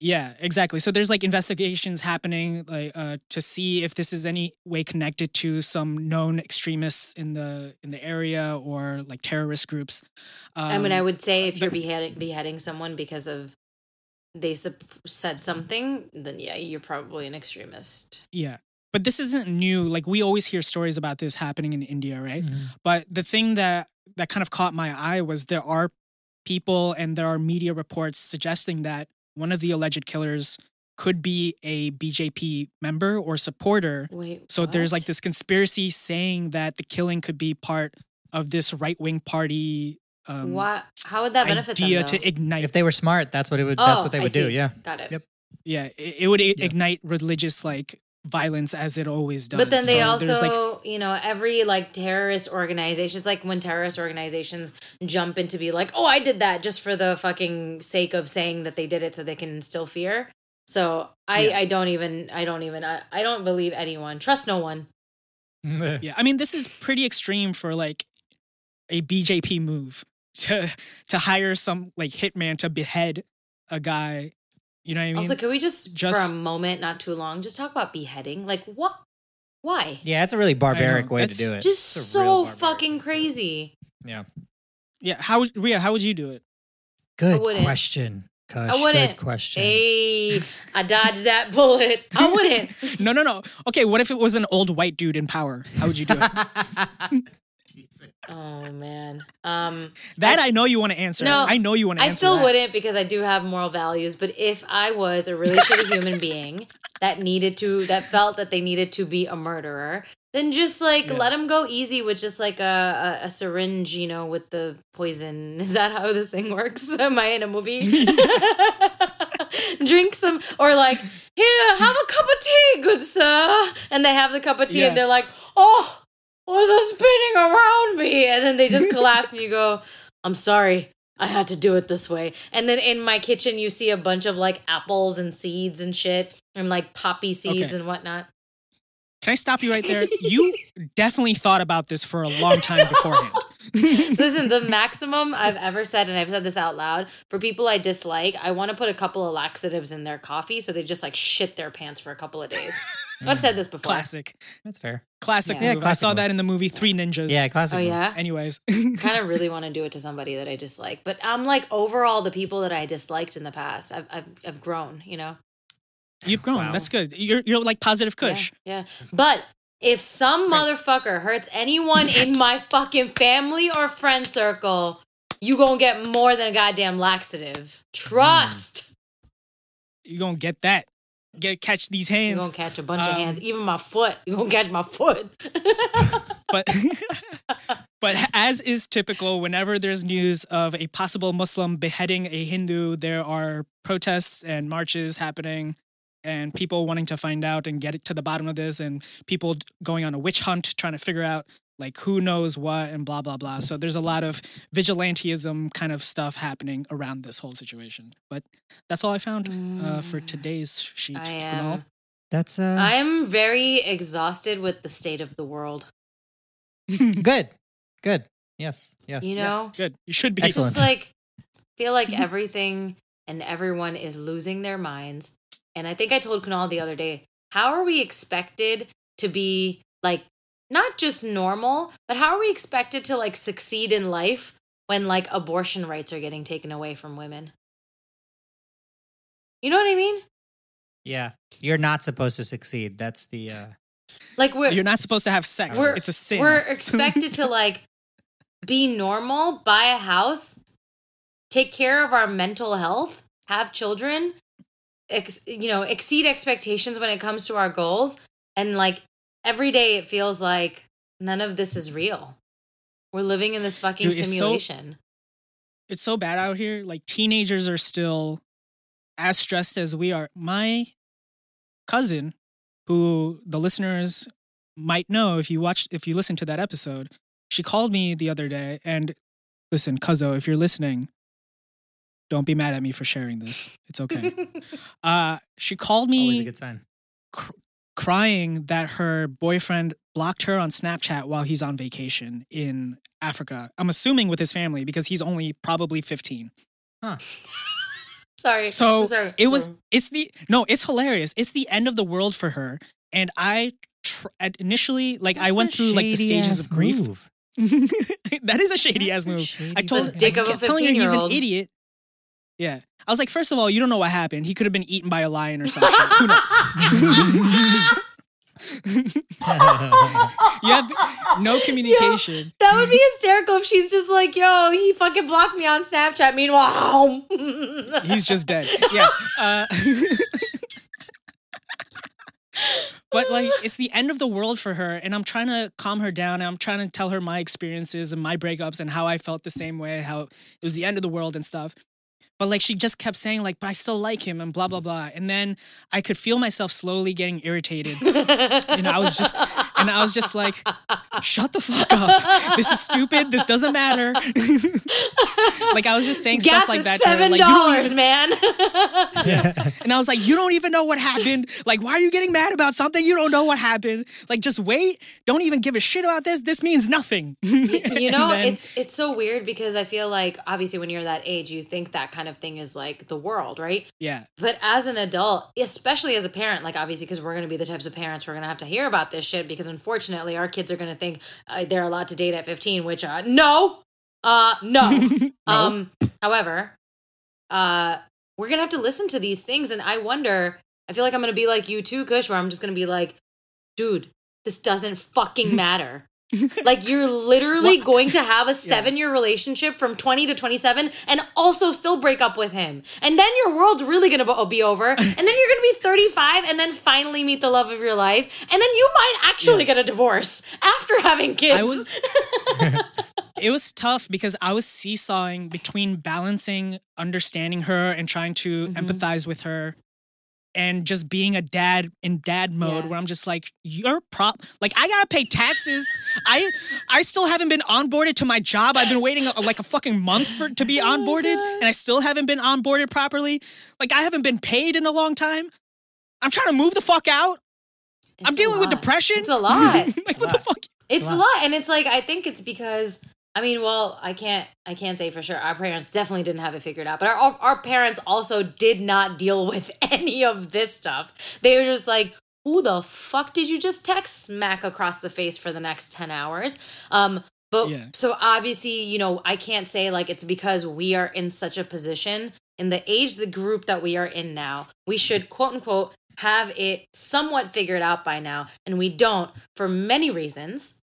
C: Yeah, exactly. So there's like investigations happening, like uh, to see if this is any way connected to some known extremists in the in the area or like terrorist groups. Um,
A: I mean, I would say if
C: but-
A: you're beheading beheading someone because of they sup- said something, then yeah, you're probably an extremist.
C: yeah, but this isn't new. Like we always hear stories about this happening in India, right?
A: Mm.
B: Mhm.
C: But the thing that that kind of caught my eye was there are people and there are media reports suggesting that one of the alleged killers could be a BJP member or supporter.
A: Wait,
C: So there's like
A: what?
C: this conspiracy saying that the killing could be part of this right wing party um,
A: What? How would that benefit
C: idea
A: them?
C: to ignite.
B: If they were smart, that's what it would.
A: though?
B: that's
A: Oh,
B: what they
A: I
B: would do.
A: see.
B: Yeah.
A: got it.
B: Yep.
C: yeah, it, it would i-
B: Yeah.
C: ignite religious like violence as it always does.
A: But then they
C: So there's,
A: also,
C: like,
A: you know, every like terrorist organization, it's like when terrorist organizations jump in to be like, oh, I did that just for the fucking sake of saying that they did it so they can instill fear. So I,
C: Yeah.
A: I don't even, I don't even, I, I don't believe anyone. Trust no one.
C: Yeah, I mean, this is pretty extreme for like a BJP move to to hire some like hitman to behead a guy. You know what I mean?
A: also, can we just,
C: just-
A: for a moment, not too long, just talk about beheading? Like, what? Why?
B: Yeah, it's a really barbaric way to
C: That's
B: do it.
A: just
B: It's a
A: so
B: real barbaric way
A: fucking
B: to do it.
A: crazy.
C: yeah. How would- Ria? How would you do it?
A: I
B: Good
A: wouldn't.
B: question. Kush,
A: wouldn't.
B: Good question.
A: Hey, I dodged that bullet. I wouldn't.
C: No, no, no. Okay, what if it was an old white dude in power? How would you do it?
A: oh man. Um.
C: That
A: I
C: I,
A: s-
C: know you want to answer.
A: No,
C: I know you want to
A: I
C: answer.
A: still
C: that.
A: wouldn't because I do have moral values. But if I was a really shitty human being that needed to, that felt that they needed to be a murderer, then just like
C: Yeah.
A: let them go easy with just like a, a, a syringe, you know, with the poison. Is that how this thing works? Am I in a movie? Drink some, or like, here, have a cup of tea, good sir. And they have the cup of tea
C: Yeah.
A: and they're like, oh, was it spinning around me? And then they just collapse and you go, I'm sorry. I had to do it this way. And then in my kitchen, you see a bunch of like apples and seeds and shit and like poppy seeds
C: Okay.
A: and whatnot.
C: Can I stop you right there? You definitely thought about this for a long time beforehand.
A: Listen, the maximum I've ever said, and I've said this out loud for people I dislike, I want to put a couple of laxatives in their coffee so they just like shit their pants for a couple of days. I've said this before.
C: Mm. Classic,
B: That's fair.
C: classic
A: Yeah. Yeah,
C: move.
B: classic
C: I saw
B: move.
C: that in the movie Three Ninjas.
B: Yeah, classic.
A: Oh,
B: one.
A: yeah?
C: Anyways,
A: kind of really want to do it to somebody that I dislike. But I'm like overall the people that I disliked in the past. I've I've, I've grown, you know.
C: you've grown.
B: Wow.
C: That's good. You're you're like positive Kush.
A: Yeah, yeah. But if some
C: Great.
A: motherfucker hurts anyone in my fucking family or friend circle, you gonna get more than a goddamn laxative.
C: Mm.
A: Trust.
C: You're gonna get that. Get catch these
A: You're
C: hands.
A: gonna catch a bunch of
C: Um,
A: hands, even my foot. You're gonna catch my foot.
C: but but as is typical whenever there's news of a possible muslim beheading a hindu there are protests and marches happening and people wanting to find out and get to the bottom of this and people going on a witch hunt trying to figure out like who knows what and blah blah blah so there's a lot of vigilantism kind of stuff happening around this whole situation but that's all i found uh, for today's sheet
A: Mm. I
C: Kunal.
A: am.
B: That's uh,
A: I am very exhausted with the state of the world.
B: good. Good. Yes. Yes.
A: You know,
C: good you should be
A: It's
B: Excellent.
A: just like feel like everything and everyone is losing their minds. And I think I told Kunal the other day, how are we expected to be like not just normal, but how are we expected to like succeed in life when like abortion rights are getting taken away from women? You know what I mean?
B: Yeah. You're not supposed to succeed. That's the. uh
A: Like we're
C: you're not supposed to have sex
B: We're-
C: it's a sin
A: We're expected to like be normal, buy a house, take care of our mental health, have children, ex- you know, exceed expectations when it comes to our goals, and like every day it feels like none of this is real. We're living in this fucking
C: Dude, it's so-
A: simulation.
C: it's so bad out here. Like teenagers are still as stressed as we are. My cousin, who the listeners might know if you watched if you listened to that episode, she called me the other day and listen, Cuzzo, if you're listening, Don't be mad at me for sharing this. It's okay. uh, she called
B: Always a
C: me
B: good sign.
C: crying that her boyfriend blocked her on Snapchat while he's on vacation in Africa. I'm assuming with his family because he's only probably 15.
A: sorry.
C: So,
A: I'm sorry.
C: It was it's the no, it's hilarious. It's the end of the world for her and I tr- at- initially like I
B: That's
C: went
B: a
C: through like the
B: shady-ass
C: stages of grief.
B: move.
C: that is a shady
B: That's a
C: ass move. I
B: shady
C: told
A: The
B: fucking
A: dick
C: I
A: of a
B: move.
C: kept telling her he's an
A: 15-year-old.
C: idiot. Yeah. I was like, first of all, you don't know what happened. He could have been eaten by a lion or something. Who knows? you have no communication.
A: That would be hysterical if she's just like, yo, he fucking blocked me on Snapchat. Meanwhile,
C: He's just dead. Yeah. Uh, but like, it's the end of the world for her, and I'm trying to calm her down. And I'm trying to tell her my experiences and my breakups and how I felt the same way, how it was the end of the world and stuff. But like, she just kept saying like, "But I still like him," and blah blah blah. And then I could feel myself slowly getting irritated, and I was just, and I was just like, "Shut the fuck up! This is stupid. This doesn't matter." like I was just saying
A: gas
C: stuff like
A: is
C: that. to her,
A: seven
C: like, you don't even-
A: dollars, man.
C: and I was like, you don't even know what happened. Like, why are you getting mad about something? You don't know what happened. Like, just wait. Don't even give a shit about this. This means nothing.
A: you know,
C: then-
A: it's it's so weird because I feel like obviously when you're that age, you think that kind of thing is like the world, right?
C: yeah.
A: But as an adult, especially as a parent, like obviously, because we're going to be the types of parents we're going to have to hear about this shit because unfortunately, our kids are going to think uh, they're allowed to date at 15, which, uh, no, uh, no. Um, however, uh, we're going to have to listen to these things. And I wonder, I feel like I'm going to be like you too, Kush, where I'm just going to be like, dude, this doesn't fucking matter. like you're literally going to have a seven year relationship from 20 to 27 and also still break up with him and then your world's really gonna bo- be over and then you're gonna be 35 and then finally meet the love of your life and then you might actually get a divorce after having kids
C: I was. it was tough because I was seesawing between balancing, understanding her, and trying to
A: Mhm.
C: empathize with her. And just being a dad in dad mode,
A: Yeah.
C: where I'm just like, you're prop, like I gotta pay taxes. I, I still haven't been onboarded to my job. I've been waiting uh, like a fucking month for to be
A: Oh
C: onboarded, and I still haven't been onboarded properly. Like I haven't been paid in a long time. I'm trying to move the fuck out.
A: It's
C: I'm
A: a
C: dealing with
A: lot.
C: depression.
A: it's a lot
C: like what the fuck?
A: It's
B: lot.
A: a lot, and it's like I think it's because I mean, well, I can't I can't say for sure. Our parents definitely didn't have it figured out, but our our parents also did not deal with any of this stuff. They were just like, "Who the fuck did you just text smack across the face for the next ten hours?" Um, but
C: Yeah.
A: so obviously, you know, I can't say like it's because we are in such a position in the age, the group that we are in now. We should quote unquote have it somewhat figured out by now, and we don't for many reasons,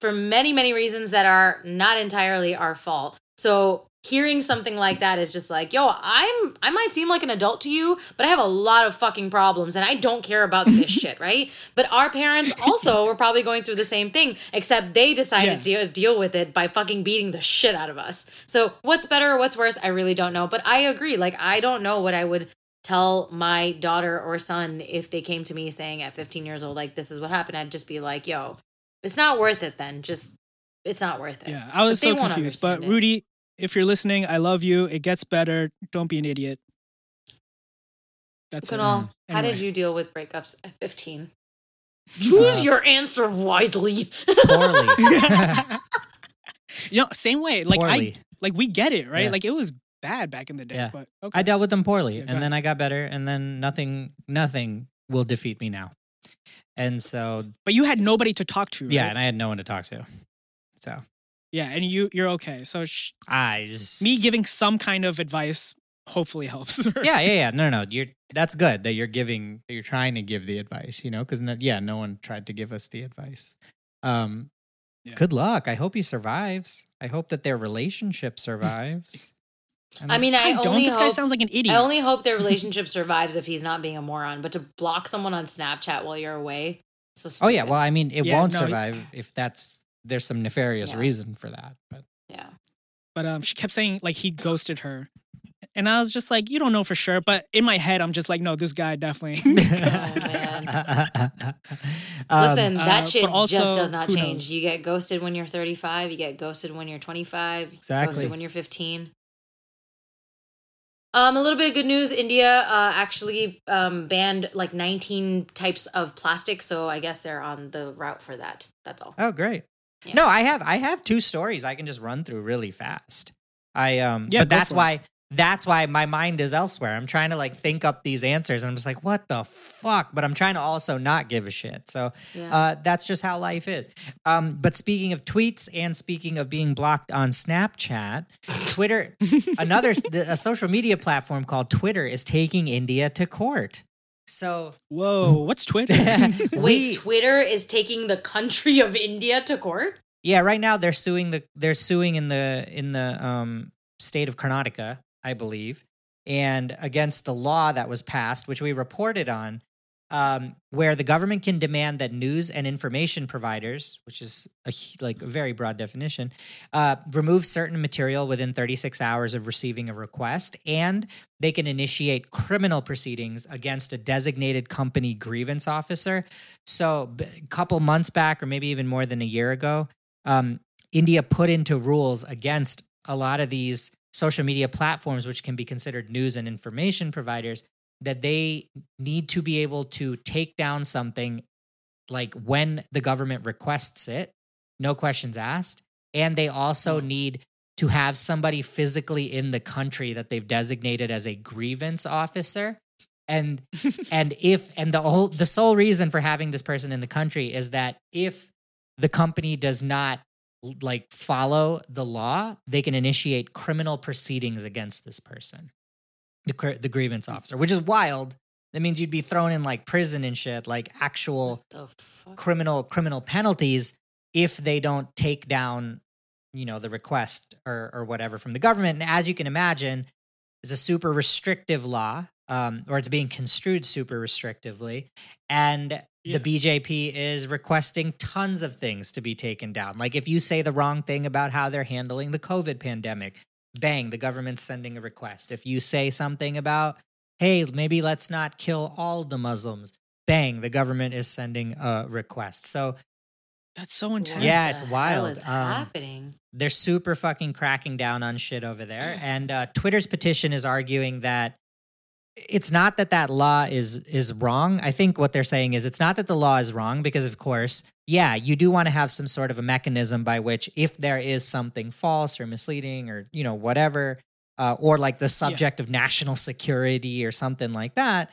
A: for many, many reasons that are not entirely our fault. So hearing something like that is just like, yo, I'm I might seem like an adult to you, but I have a lot of fucking problems and I don't care about this shit, right? But our parents also were probably going through the same thing, except they decided to deal with it by fucking beating the shit out of us. So what's better, what's worse, I really don't know. But I agree. Like I don't know what I would tell my daughter or son if they came to me saying at 15 years old like this is what happened i'd just be like yo it's not worth it then just it's not worth it
C: Yeah, I was
A: But they
C: so
A: won't
C: confused. But
A: understand it.
C: Rudy, if you're listening, I love you. It gets better. Don't be an idiot. That's it.
A: Kunal, how did
C: mm, Anyway.
A: you deal with breakups at 15 choose
B: Uh,
A: your answer wisely
B: Poorly.
C: you know, same way. Like
B: poorly.
C: I, like we get it, right?
B: Yeah.
C: Like it was bad back in the day.
B: Yeah.
C: But okay.
B: I dealt with them poorly,
C: Yeah, go
B: and then I got better, and then nothing, nothing will defeat me now. And so,
C: but you had nobody to talk to. Right?
B: yeah, and I had no one to talk to, so
C: yeah, and you you're okay. So sh-
B: I just
C: me giving some kind of advice hopefully helps. right?
B: Yeah, yeah, yeah. No, no, no. You're that's good that you're giving, that you're trying to give the advice, you know, because no, yeah, no one tried to give us the advice. Um,
C: Yeah.
B: good luck. I hope he survives. I hope that their relationship survives.
A: i mean i,
C: I
A: only
C: don't. This guy
A: hope-
C: sounds like an idiot.
A: I only hope their relationship survives if he's not being a moron. But to block someone on Snapchat while you're away, so
B: oh
A: stupid.
B: yeah. Well, I mean, it
C: Yeah,
B: won't
C: no, he-
B: survive if that's there's some nefarious
A: Yeah.
B: reason for that, but.
A: yeah.
C: but um, she kept saying like he ghosted her. And I was just like, you don't know for sure, but in my head, I'm just like, no, this guy definitely.
B: Um,
A: Listen, that
C: uh,
A: shit
C: but also,
A: just does not
C: who
A: change.
C: knows?
A: You get ghosted when you're 35. You get ghosted when you're 25. you get
B: Exactly.
A: Ghosted when you're 15. Um, a little bit of good news. India uh, actually um, banned like 19 types of plastic, so I guess they're on the route for that. That's all.
B: Oh, great.
A: Yeah.
B: No, I have I have two stories I can just run through really fast. I um
C: Yeah,
B: but
C: go
B: that's
C: for it.
B: why that's why my mind is elsewhere. I'm trying to like think up these answers and I'm just like, what the fuck? But I'm trying to also not give a shit. So
A: Yeah.
B: uh that's just how life is. Um but speaking of tweets and speaking of being blocked on Snapchat, Twitter another s- the- a social media platform called Twitter is taking India to court. So
C: Whoa, what's Twitter?
A: Wait,
B: we-
A: Twitter is taking the country of India to court?
B: Yeah, right now they're suing the they're suing in the in the um, state of Karnataka, I believe, and against the law that was passed, which we reported on, um, where the government can demand that news and information providers, which is a, hu- like a very broad definition, uh, remove certain material within 36 hours of receiving a request, and they can initiate criminal proceedings against a designated company grievance officer. So, a couple months back, or maybe even more than a year ago, um, India put into rules against a lot of these social media platforms, which can be considered news and information providers, that they need to be able to take down something like when the government requests it, no questions asked. And they also need to have somebody physically in the country that they've designated as a grievance officer. And and if and the whole the sole reason for having this person in the country is that if the company does not like follow the law, they can initiate criminal proceedings against this person, the cr- the grievance officer, which is wild. That means you'd be thrown in like prison and shit, like actual
A: The fuck?
B: criminal criminal penalties if they don't take down you know the request or or whatever from the government and as you can imagine it's a super restrictive law um or it's being construed super restrictively and
C: Yeah.
B: the BJP is requesting tons of things to be taken down like if you say the wrong thing about how they're handling the covid pandemic bang the government's sending a request if you say something about hey maybe let's not kill all the muslims bang the government is sending a request so
C: That's so intense.
B: Yeah, it's
A: What the Hell
B: wild.
A: is
B: Um,
A: happening?
B: they're super fucking cracking down on shit over there and uh, twitter's petition is arguing that it's not that that law is is wrong i think what they're saying is it's not that the law is wrong because of course yeah you do want to have some sort of a mechanism by which if there is something false or misleading or you know whatever uh, or like the subject of national security or something like that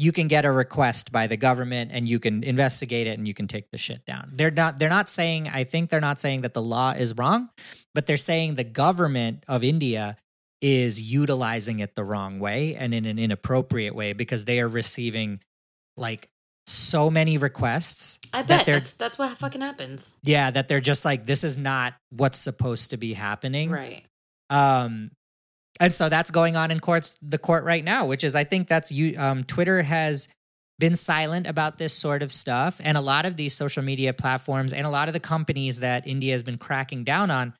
B: you can get a request by the government and you can investigate it and you can take the shit down they're not they're not saying i think they're not saying that the law is wrong but they're saying the government of India is utilizing it the wrong way and in an inappropriate way because they are receiving like so many requests.
A: I
B: that
A: bet
B: they're-
A: that's that's what fucking happens.
B: Yeah, that they're just like this is not what's supposed to be happening.
A: Right.
B: Um, and so that's going on in courts, the court right now, which is I think that's you. Um, Twitter has been silent about this sort of stuff, and a lot of these social media platforms and a lot of the companies that India has been cracking down on.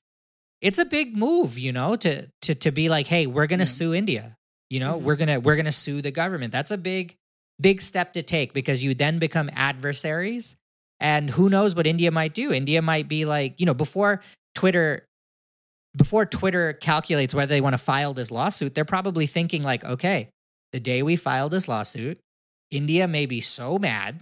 B: It's a big move, you know, to to to be like, hey, we're gonna
C: Yeah.
B: sue India. You know,
A: Mhm.
B: we're gonna we're gonna sue the government. That's a big big step to take because you then become adversaries. And who knows what India might do? India might be like, you know, before Twitter before Twitter calculates whether they want to file this lawsuit, they're probably thinking like, okay, the day we file this lawsuit, India may be so mad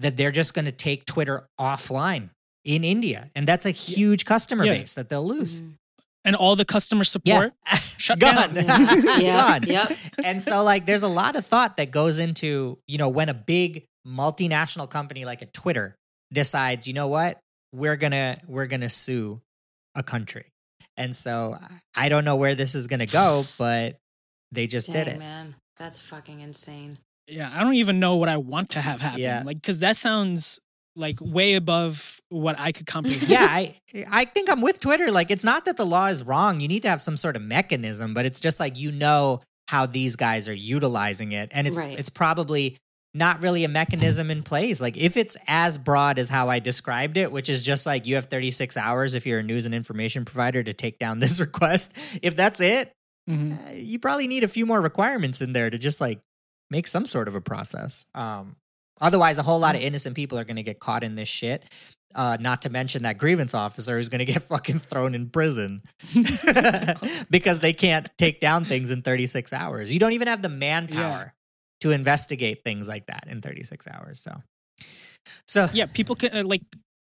B: that they're just going to take Twitter offline in India. And that's a huge customer
C: Yeah.
B: base that they'll lose.
A: Mhm.
C: And all the customer
B: Yeah.
C: support shut
B: Gone.
C: down.
A: Yeah.
B: Gone.
A: yep.
B: And so like there's a lot of thought that goes into, you know, when a big multinational company like a Twitter decides, you know what, we're gonna we're gonna sue a country. And so I- I don't know where this is gonna go, but they just did
A: Dang,
B: it.
A: man. That's fucking insane.
C: Yeah, I don't even know what I want to have happen.
B: Yeah.
C: Like, because that sounds like way above what I could comprehend.
B: yeah, I I think I'm with Twitter. Like it's not that the law is wrong. You need to have some sort of mechanism, but it's just like you know how these guys are utilizing it. And it's
A: Right.
B: it's probably not really a mechanism in place. Like if it's as broad as how I described it, which is just like you have 36 hours if you're a news and information provider to take down this request. If that's it,
C: Mhm.
B: uh, you probably need a few more requirements in there to just like make some sort of a process. Um Otherwise, a whole lot of innocent people are going to get caught in this shit. Uh, not to mention that grievance officer is going to get fucking thrown in prison because they can't take down things in 36 hours. You don't even have the manpower to investigate things like that in 36 hours. So, so
C: yeah, people can uh, like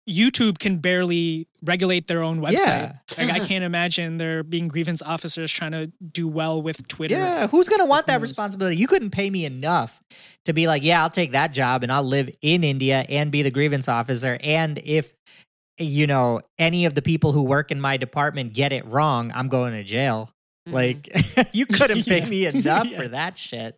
C: YouTube can barely regulate their own website.
B: Yeah.
C: Like I can't imagine there being grievance officers trying to do well with Twitter.
B: Yeah, who's gonna want that
C: knows?
B: responsibility? You couldn't pay me enough to be like, yeah, I'll take that job and I'll live in India and be the grievance officer. And if you know any of the people who work in my department get it wrong, I'm going to jail.
A: Mm-hmm.
B: Like you couldn't pay
C: Mm-hmm. Yeah.
B: me enough
C: Yeah.
B: for that shit.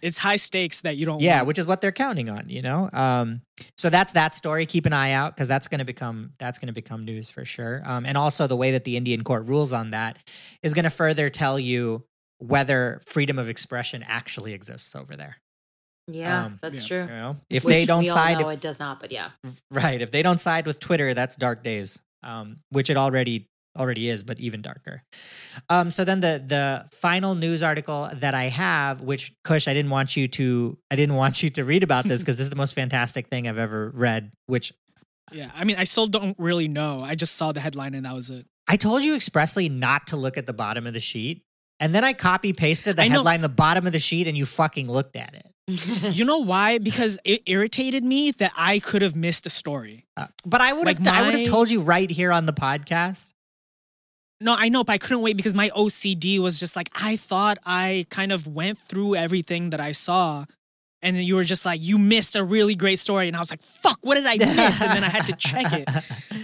C: It's high stakes that you
A: Oh,
C: don't
B: Yeah,
C: want.
B: which is what they're counting on, you know. Um, so that's that story. Keep an eye out because that's going to become that's going to become news for sure. Um, and also the way that the Indian court rules on that is going to further tell you whether freedom of expression actually exists over there.
A: Yeah,
B: Um,
A: that's
B: You
A: true.
B: know, if
A: Which
B: they don't
A: we all
B: side,
A: know
B: if-
A: it does not. But yeah,
B: right? If they don't side with Twitter, that's dark days, um, which it already already is, but even darker. Um, so then the the final news article that I have, which Kush, I didn't want you to I didn't want you to read about this because this is the most fantastic thing I've ever read. Which
C: Yeah. I mean, I still don't really know. I just saw the headline and that was it.
B: I told you expressly not to look at the bottom of the sheet, and then I copy pasted the
C: I know.
B: headline, the bottom of the sheet, and you fucking looked at it.
C: You know why? Because it irritated me that I could have missed a story.
B: Uh, but I would have
C: Like
B: I would
C: my-
B: have told you right here on the podcast.
C: No, I know, but I couldn't wait because my OCD was just like, I thought I kind of went through everything that I saw. And then you were just like, you missed a really great story. And I was like, fuck, what did I miss? And then I had to check it.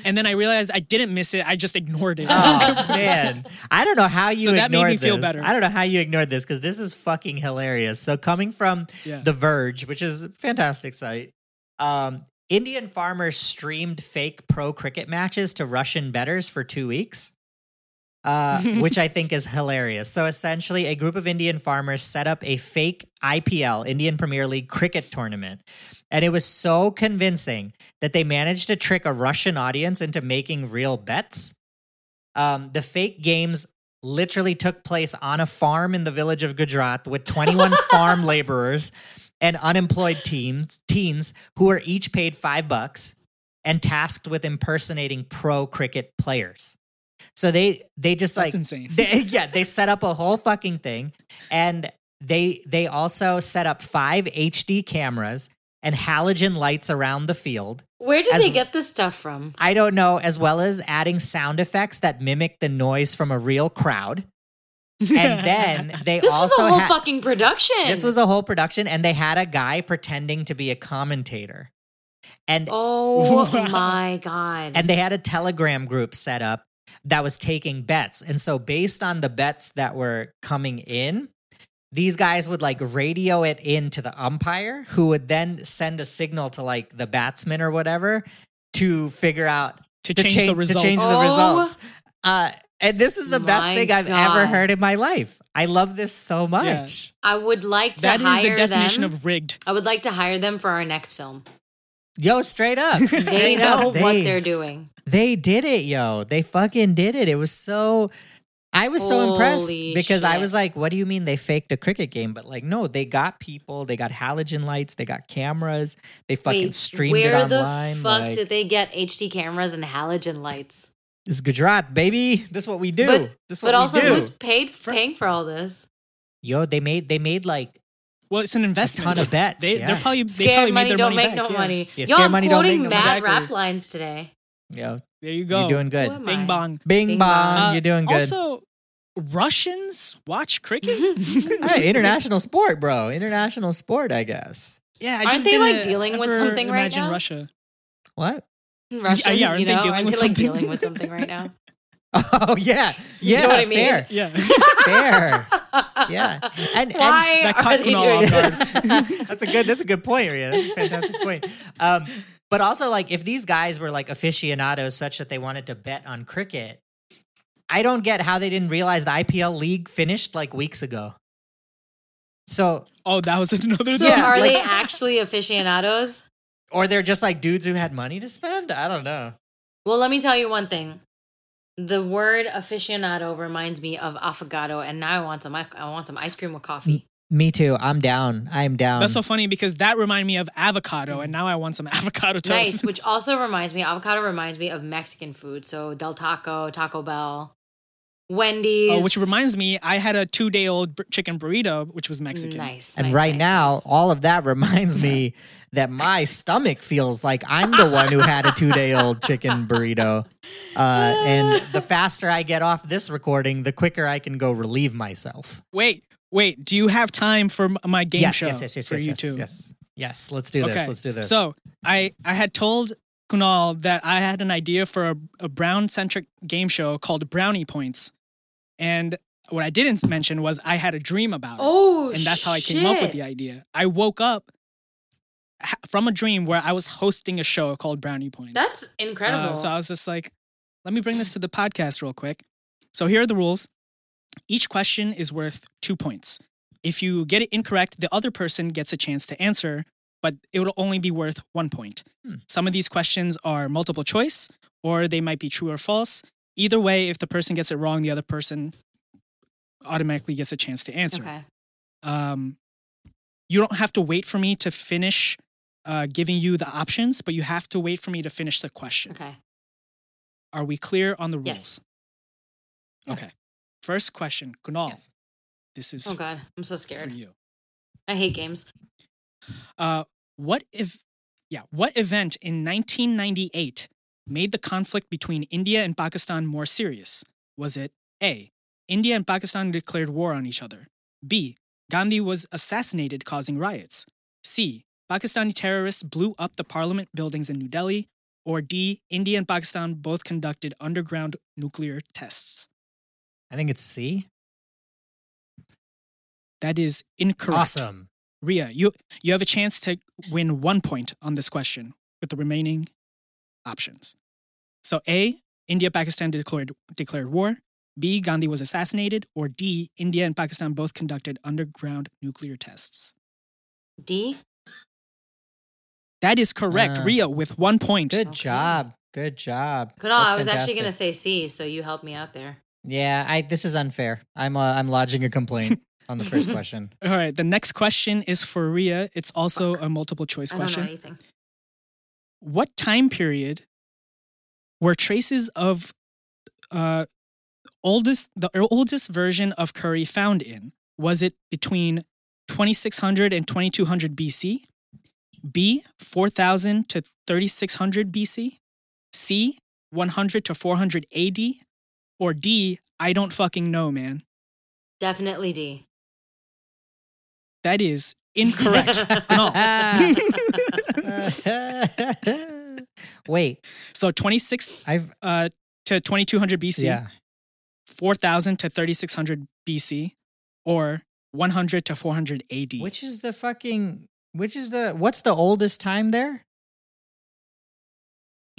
C: And then I realized I didn't miss it. I just ignored it.
B: oh man, I don't know how you
C: So that made
B: ignored
C: me feel
B: this.
C: better.
B: I don't know how you ignored this because this is fucking hilarious. So coming from
C: Yeah.
B: The Verge, which is a fantastic site, um, Indian farmers streamed fake pro cricket matches to Russian betters for two weeks. Uh, which I think is hilarious. So essentially, a group of Indian farmers set up a fake IPL, Indian Premier League cricket tournament. And it was so convincing that they managed to trick a Russian audience into making real bets. Um, the fake games literally took place on a farm in the village of Gujarat with 21 farm laborers and unemployed teens, teens who were each paid five bucks and tasked with impersonating pro cricket players. So they they just
C: That's
B: like
C: insane.
B: they, yeah, they set up a whole fucking thing, and they they also set up five HD cameras and halogen lights around the field.
A: where did
B: As-
A: they get this stuff from?
B: I don't know, as well as adding sound effects that mimic the noise from a real crowd. And then they
A: This was
B: also
A: a whole
B: had,
A: fucking production.
B: this was a whole production, and they had a guy pretending to be a commentator, and
A: Oh
C: Wow.
A: my god!
B: and they had a telegram group set up that was taking bets and so based on the bets that were coming in these guys would like radio it in to the umpire who would then send a signal to like the batsman or whatever to figure out
C: to change
B: cha-
C: the results.
B: to change the
A: Oh.
B: results uh, and this is the best
A: My
B: thing i've ever
A: God.
B: heard in my life i love this so much
A: I would like to
C: Oh. that is
A: hire
C: the definition
A: them.
C: of rigged.
A: I would like to hire them for our next film.
B: yo straight up
A: They
B: Straight up,
A: know what
B: they-
A: they're doing.
B: They did it, yo. They fucking did it. It was so I was so impressed
A: Holy
B: because I
A: shit.
B: was like, what do you mean they faked a cricket game? But like, no, they got people, they got halogen lights, they got cameras, they fucking
A: Wait,
B: streamed it
A: where
B: online.
A: the fuck
B: like,
A: did they get HD cameras and halogen lights?
B: this is Gujarat, baby. This is what we do.
A: But-
B: this is what
A: But
B: we
A: also,
B: do.
A: who's paid paying for all this?
B: yo, they made they made like
C: Well, it's an
B: a
C: investment.
B: ton of bets.
C: They,
B: yeah.
C: They're probably they
A: Scared
C: probably made
A: money
C: their
A: don't
C: money
A: make
C: back,
A: no
C: yeah.
A: money.
B: Yeah,
A: Yo,
B: scared
A: I'm
B: money don't
A: quoting
B: make no
A: mad
B: money.
A: rap
C: Exactly.
A: lines today.
B: yo,
C: There you go.
B: you're doing good.
A: Who am I?
C: Bing bong.
B: Bing,
A: Bing
B: bong,
A: bong.
B: you're doing good.
C: Also, Russians watch cricket.
B: hey, international sport, bro. International sport, I guess.
C: Yeah, I
A: Aren't
C: just
A: they,
C: didn't
A: like, dealing with
C: ever
A: something right
C: imagine
A: now?
C: Russia.
B: What?
A: Russians,
C: yeah, aren't
A: you
C: they
A: know,
C: dealing
A: aren't
C: with
A: they like
C: something?
A: dealing with something right now?
B: Oh yeah, yeah.
A: You know what I mean?
B: Fair,
C: Yeah,
B: fair. Yeah, and, and-
A: Why
C: that
A: are
C: caught
A: they
C: me all
A: doing
C: off guard.
A: this?
B: that's a good. That's a good point, Rhea. That's a fantastic point. Um, but also, like, if these guys were like aficionados, such that they wanted to bet on cricket, I don't get how they didn't realize the IPL league finished like weeks ago. So,
C: Oh, that was another.
A: So
C: thing.
B: Yeah,
A: are
B: like-
A: they actually aficionados?
B: or they're just like dudes who had money to spend. I don't know.
A: Well, let me tell you one thing. The word aficionado reminds me of affogato, and now I want some. I want some ice cream with coffee.
B: Me too. I'm down. I'm down.
C: That's so funny because that reminded me of avocado, and now I want some avocado
A: Nice,
C: toast.
A: which also reminds me, avocado reminds me of Mexican food. So Del Taco, Taco Bell, Wendy's.
C: Oh, which reminds me, I had a two day old chicken burrito, which was Mexican.
A: Nice.
B: and
A: nice,
B: right
A: nice,
B: now, uh,
A: nice.
B: all of that reminds me that my stomach feels like I'm the one who had a two day old chicken burrito. Uh, and the faster I get off this recording, the quicker I can go relieve myself.
C: Wait, wait. Do you have time for m- my game
B: yes,
C: show
B: yes, yes, yes,
C: for
B: yes,
C: you
B: yes,
C: two?
B: yes. Yes, let's do this.
C: Okay,
B: Let's do this.
C: So I I had told Kunal that I had an idea for a, a brown centric game show called Brownie Points, and what I didn't mention was I had a dream about it,
A: Oh,
C: and that's how I came up with the
A: shit.
C: idea. I woke up ha- from a dream where I was hosting a show called Brownie Points.
A: That's
C: Uh,
A: incredible.
C: so I was just like, let me bring this to the podcast real quick. So here are the rules. Each question is worth two points. If you get it incorrect, the other person gets a chance to answer, but it will only be worth one point.
B: Hmm.
C: Some of these questions are multiple choice, or they might be true or false. Either way, if the person gets it wrong, the other person automatically gets a chance to answer
A: okay.
C: um, you don't have to wait for me to finish uh, giving you the options, but you have to wait for me to finish the question.
A: Okay.
C: Are we clear on the rules?
A: Yes.
C: Okay. First question, Kunal.
B: Yes.
C: This is
A: Oh god, I'm so
C: for
A: scared.
C: you.
A: I hate games.
C: Uh, what if? Yeah. What event in 1998 made the conflict between India and Pakistan more serious? Was it A. India and Pakistan declared war on each other. B. Gandhi was assassinated, causing riots. C. Pakistani terrorists blew up the parliament buildings in New Delhi. Or D. India and Pakistan both conducted underground nuclear tests.
B: I think it's C.
C: That is incorrect.
B: Awesome.
C: Ria, you you have a chance to win one point on this question with the remaining options. So A, India Pakistan declared declared war. B, Gandhi was assassinated, or D, India and Pakistan both conducted underground nuclear tests.
A: D.
C: That is correct,
A: Uh,
B: Ah.
C: Ria, with one point.
B: Good
A: Okay.
B: job. Good job.
A: Kunal,
B: That's
A: Oh, I was actually
B: fantastic.
A: gonna say C, so you helped me out there.
B: Yeah, I this is unfair. I'm uh, I'm lodging a complaint on the first question.
C: All right, the next question is for Ria. It's also a multiple choice
A: I don't know
C: question.
A: anything.
C: what time period were traces of uh, oldest the oldest version of curry found in? Was it between 2600 and 2200 BC? B 4000 to 3600 BC? C 100 to 400 AD? Or D I don't fucking know, man.
A: Definitely D.
C: That is incorrect. no.
B: Wait,
C: So 26
B: I've
C: uh, to 2200 BC.
B: yeah.
C: 4000 to 3600 BC or 100 to 400 AD.
B: Which is the fucking which is the what's the oldest time there?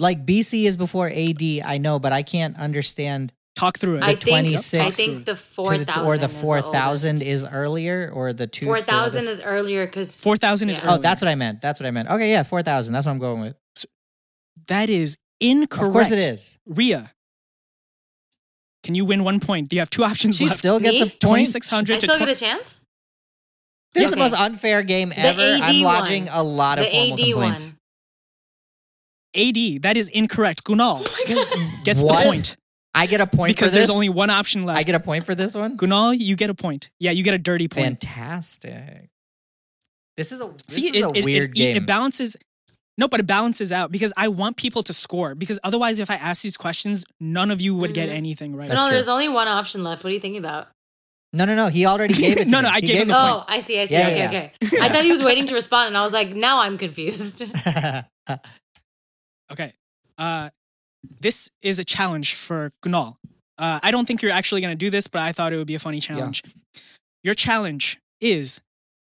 B: Like BC is before AD, I know, but I can't understand
C: Talk through it.
A: I think I
B: 26
A: think the
B: to
A: four
B: the-
A: thousand
B: or the four thousand is earlier or the two
A: four thousand is earlier because
C: 4000 is
A: Yeah.
B: Oh,
C: earlier.
B: that's what I meant. That's what I meant. Okay, yeah, four thousand. That's what I'm going with.
C: that is incorrect.
B: Of course it is.
C: Ria. Can you win one point? Do you have two options
B: She
C: left?
B: still gets
A: Me?
B: a point.
C: 2600
A: I
C: to
A: still get
C: 20
A: a chance.
B: This is the
A: Okay.
B: most unfair game
A: The
B: ever. I'm
A: AD one.
B: lodging a lot of
A: the
B: formal
A: AD one.
B: complaints.
C: AD. That is incorrect.
A: Oh
C: Kunal gets
B: What?
C: the point
B: I get a point
C: because
B: for this.
C: there's only one option left.
B: I get a point for this one.
C: Kunal, you get a point. Yeah, you get a dirty point.
B: Fantastic. This is a this
C: See,
B: is
C: it,
B: a
C: it- it-
B: weird
C: it-
B: game.
C: It balances. No, but it balances out because I want people to score. Because otherwise, if I ask these questions, none of you would get
A: Mhm.
C: anything right.
B: That's
A: no,
B: true.
A: there's only one option left. What are you thinking about?
B: no, no, no. He already gave it. To
C: No, no,
B: me.
C: I
B: He
C: gave him
B: it.
C: a
B: to
A: Oh, I see. I see.
B: Yeah,
A: okay,
B: yeah,
A: okay. I thought he was waiting to respond, and I was like, now I'm confused.
B: me.
C: Okay. Uh, this is a challenge for Gunal. Uh, I don't think you're actually going to do this, but I thought it would be a funny challenge. Your challenge is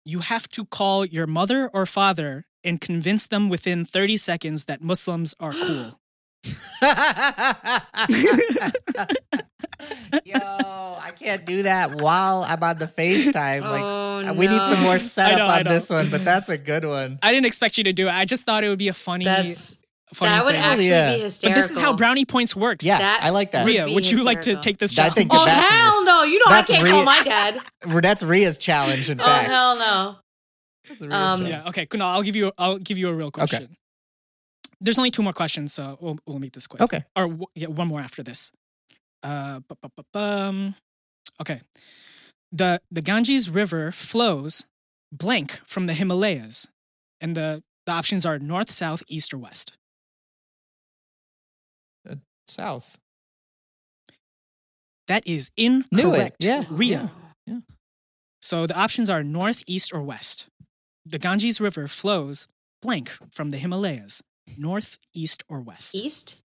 C: you have to call your mother or father and convince them within 30 seconds that Muslims are cool.
B: Yo, I can't do that while I'm on the FaceTime. Like, uh,
A: oh,
B: we need some more
A: no.
B: setup
C: I
B: on
C: know.
B: this one, but that's a good one.
C: I didn't expect you to do it. I just thought it would be a funny
A: That's
C: funny
A: that would
C: thing.
A: actually
B: yeah.
A: be
B: But
A: hysterical.
C: but this is how brownie points works.
B: Yeah,
A: That
B: I like that.
A: would
C: Rhea,
A: be
C: would you like to
A: hysterical.
C: take this
B: I
C: job?
B: think
A: Oh
B: That's-
A: hell no! You know I
B: that's
A: can't
B: re-
A: call my dad.
B: That's Ria's challenge. In
A: oh
B: fact,
A: hell no!
B: That's Ria's
A: um,
B: challenge.
C: yeah. Okay. Kunal, I'll give you. I'll give you a real question. There's only two more questions, so we'll, we'll make this quick.
B: Okay.
C: Or w- yeah, one more after this. Uh, bu- bu- bu- bum. Okay. The the Ganges River flows blank from the Himalayas, and the the options are north, south, east, or west.
B: South.
C: That is
B: Knew it.
C: incorrect.
B: Yeah,
C: Rhea.
B: yeah, yeah.
C: So the options are north, east, or west. The Ganges River flows blank from the Himalayas, north, east, or west.
A: East.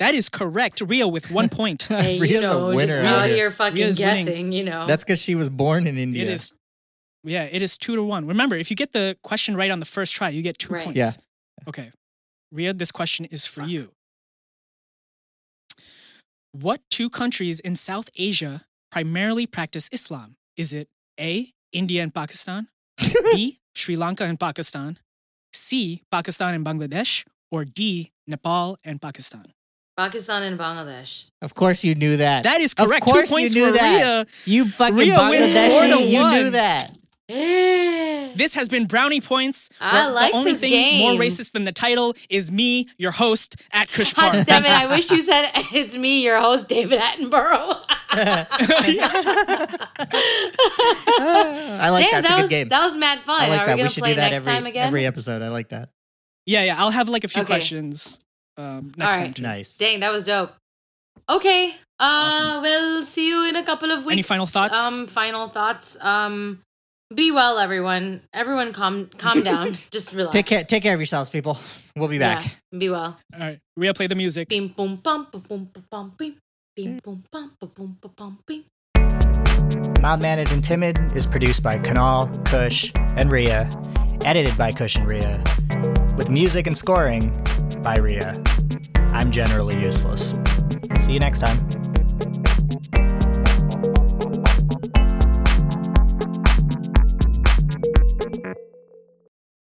C: That is correct. Rhea with one point.
A: Hey, you
B: Ria's
A: know,
B: a
A: just
B: winner. out
A: out
B: here.
A: here fucking
C: Ria's winning.
A: guessing. You know.
B: That's because she was born in India.
C: It is. Yeah, it is two to one. Remember, if you get the question right on the first try, you get two
A: Right.
C: points.
B: Yeah.
C: Okay. Rhea, this question is for
A: Fuck.
C: you. What two countries in South Asia primarily practice Islam? Is it A, India and Pakistan? B, Sri Lanka and Pakistan? C, Pakistan and Bangladesh? Or D, Nepal and Pakistan?
A: Pakistan and Bangladesh.
B: Of course, you knew that.
C: That is
B: Of
C: correct.
B: course
C: two
B: you
C: points
B: knew
C: for
B: that.
C: Rhea.
B: you fucking
C: Rhea
A: wins
B: Bangladeshi.
A: four to
B: You knew
C: one.
B: that.
A: Eh.
C: This has been Brownie Points.
A: I
C: where
A: like
C: the only
A: this
C: thing
A: game.
C: more racist than the title is me, your host at Kush
A: God
C: Park.
A: damn it! I wish you said it's me, your host, David Attenborough.
B: I like
A: Damn,
B: that. It's a good
A: was
B: game.
A: that was mad fun.
B: I like
A: Are
B: that.
A: we gonna
B: should
A: play
B: do that
A: next
B: every
A: time again?
B: every episode. I like that.
C: yeah, yeah. I'll have like a few
A: Okay.
C: questions um, next
A: All
C: time
A: right.
C: too.
B: Nice.
A: Dang, that was dope. Okay. Uh
C: Awesome.
A: well, see you in a couple of weeks.
C: final thoughts?
A: Um final thoughts. Um be well everyone. Everyone calm calm down. Just relax.
B: Take care. Take care of yourselves, people. We'll be back.
A: Yeah, be well.
C: All right, Rhea, play the music.
A: Bim boom bum boom boom bum bim. Bim boom bum boom boom bum bim.
D: Mild Mannered and Timid is produced by Kanal, Kush, and Rhea, edited by Kush and Rhea, with music and scoring by Rhea. I'm generally useless. See you next time.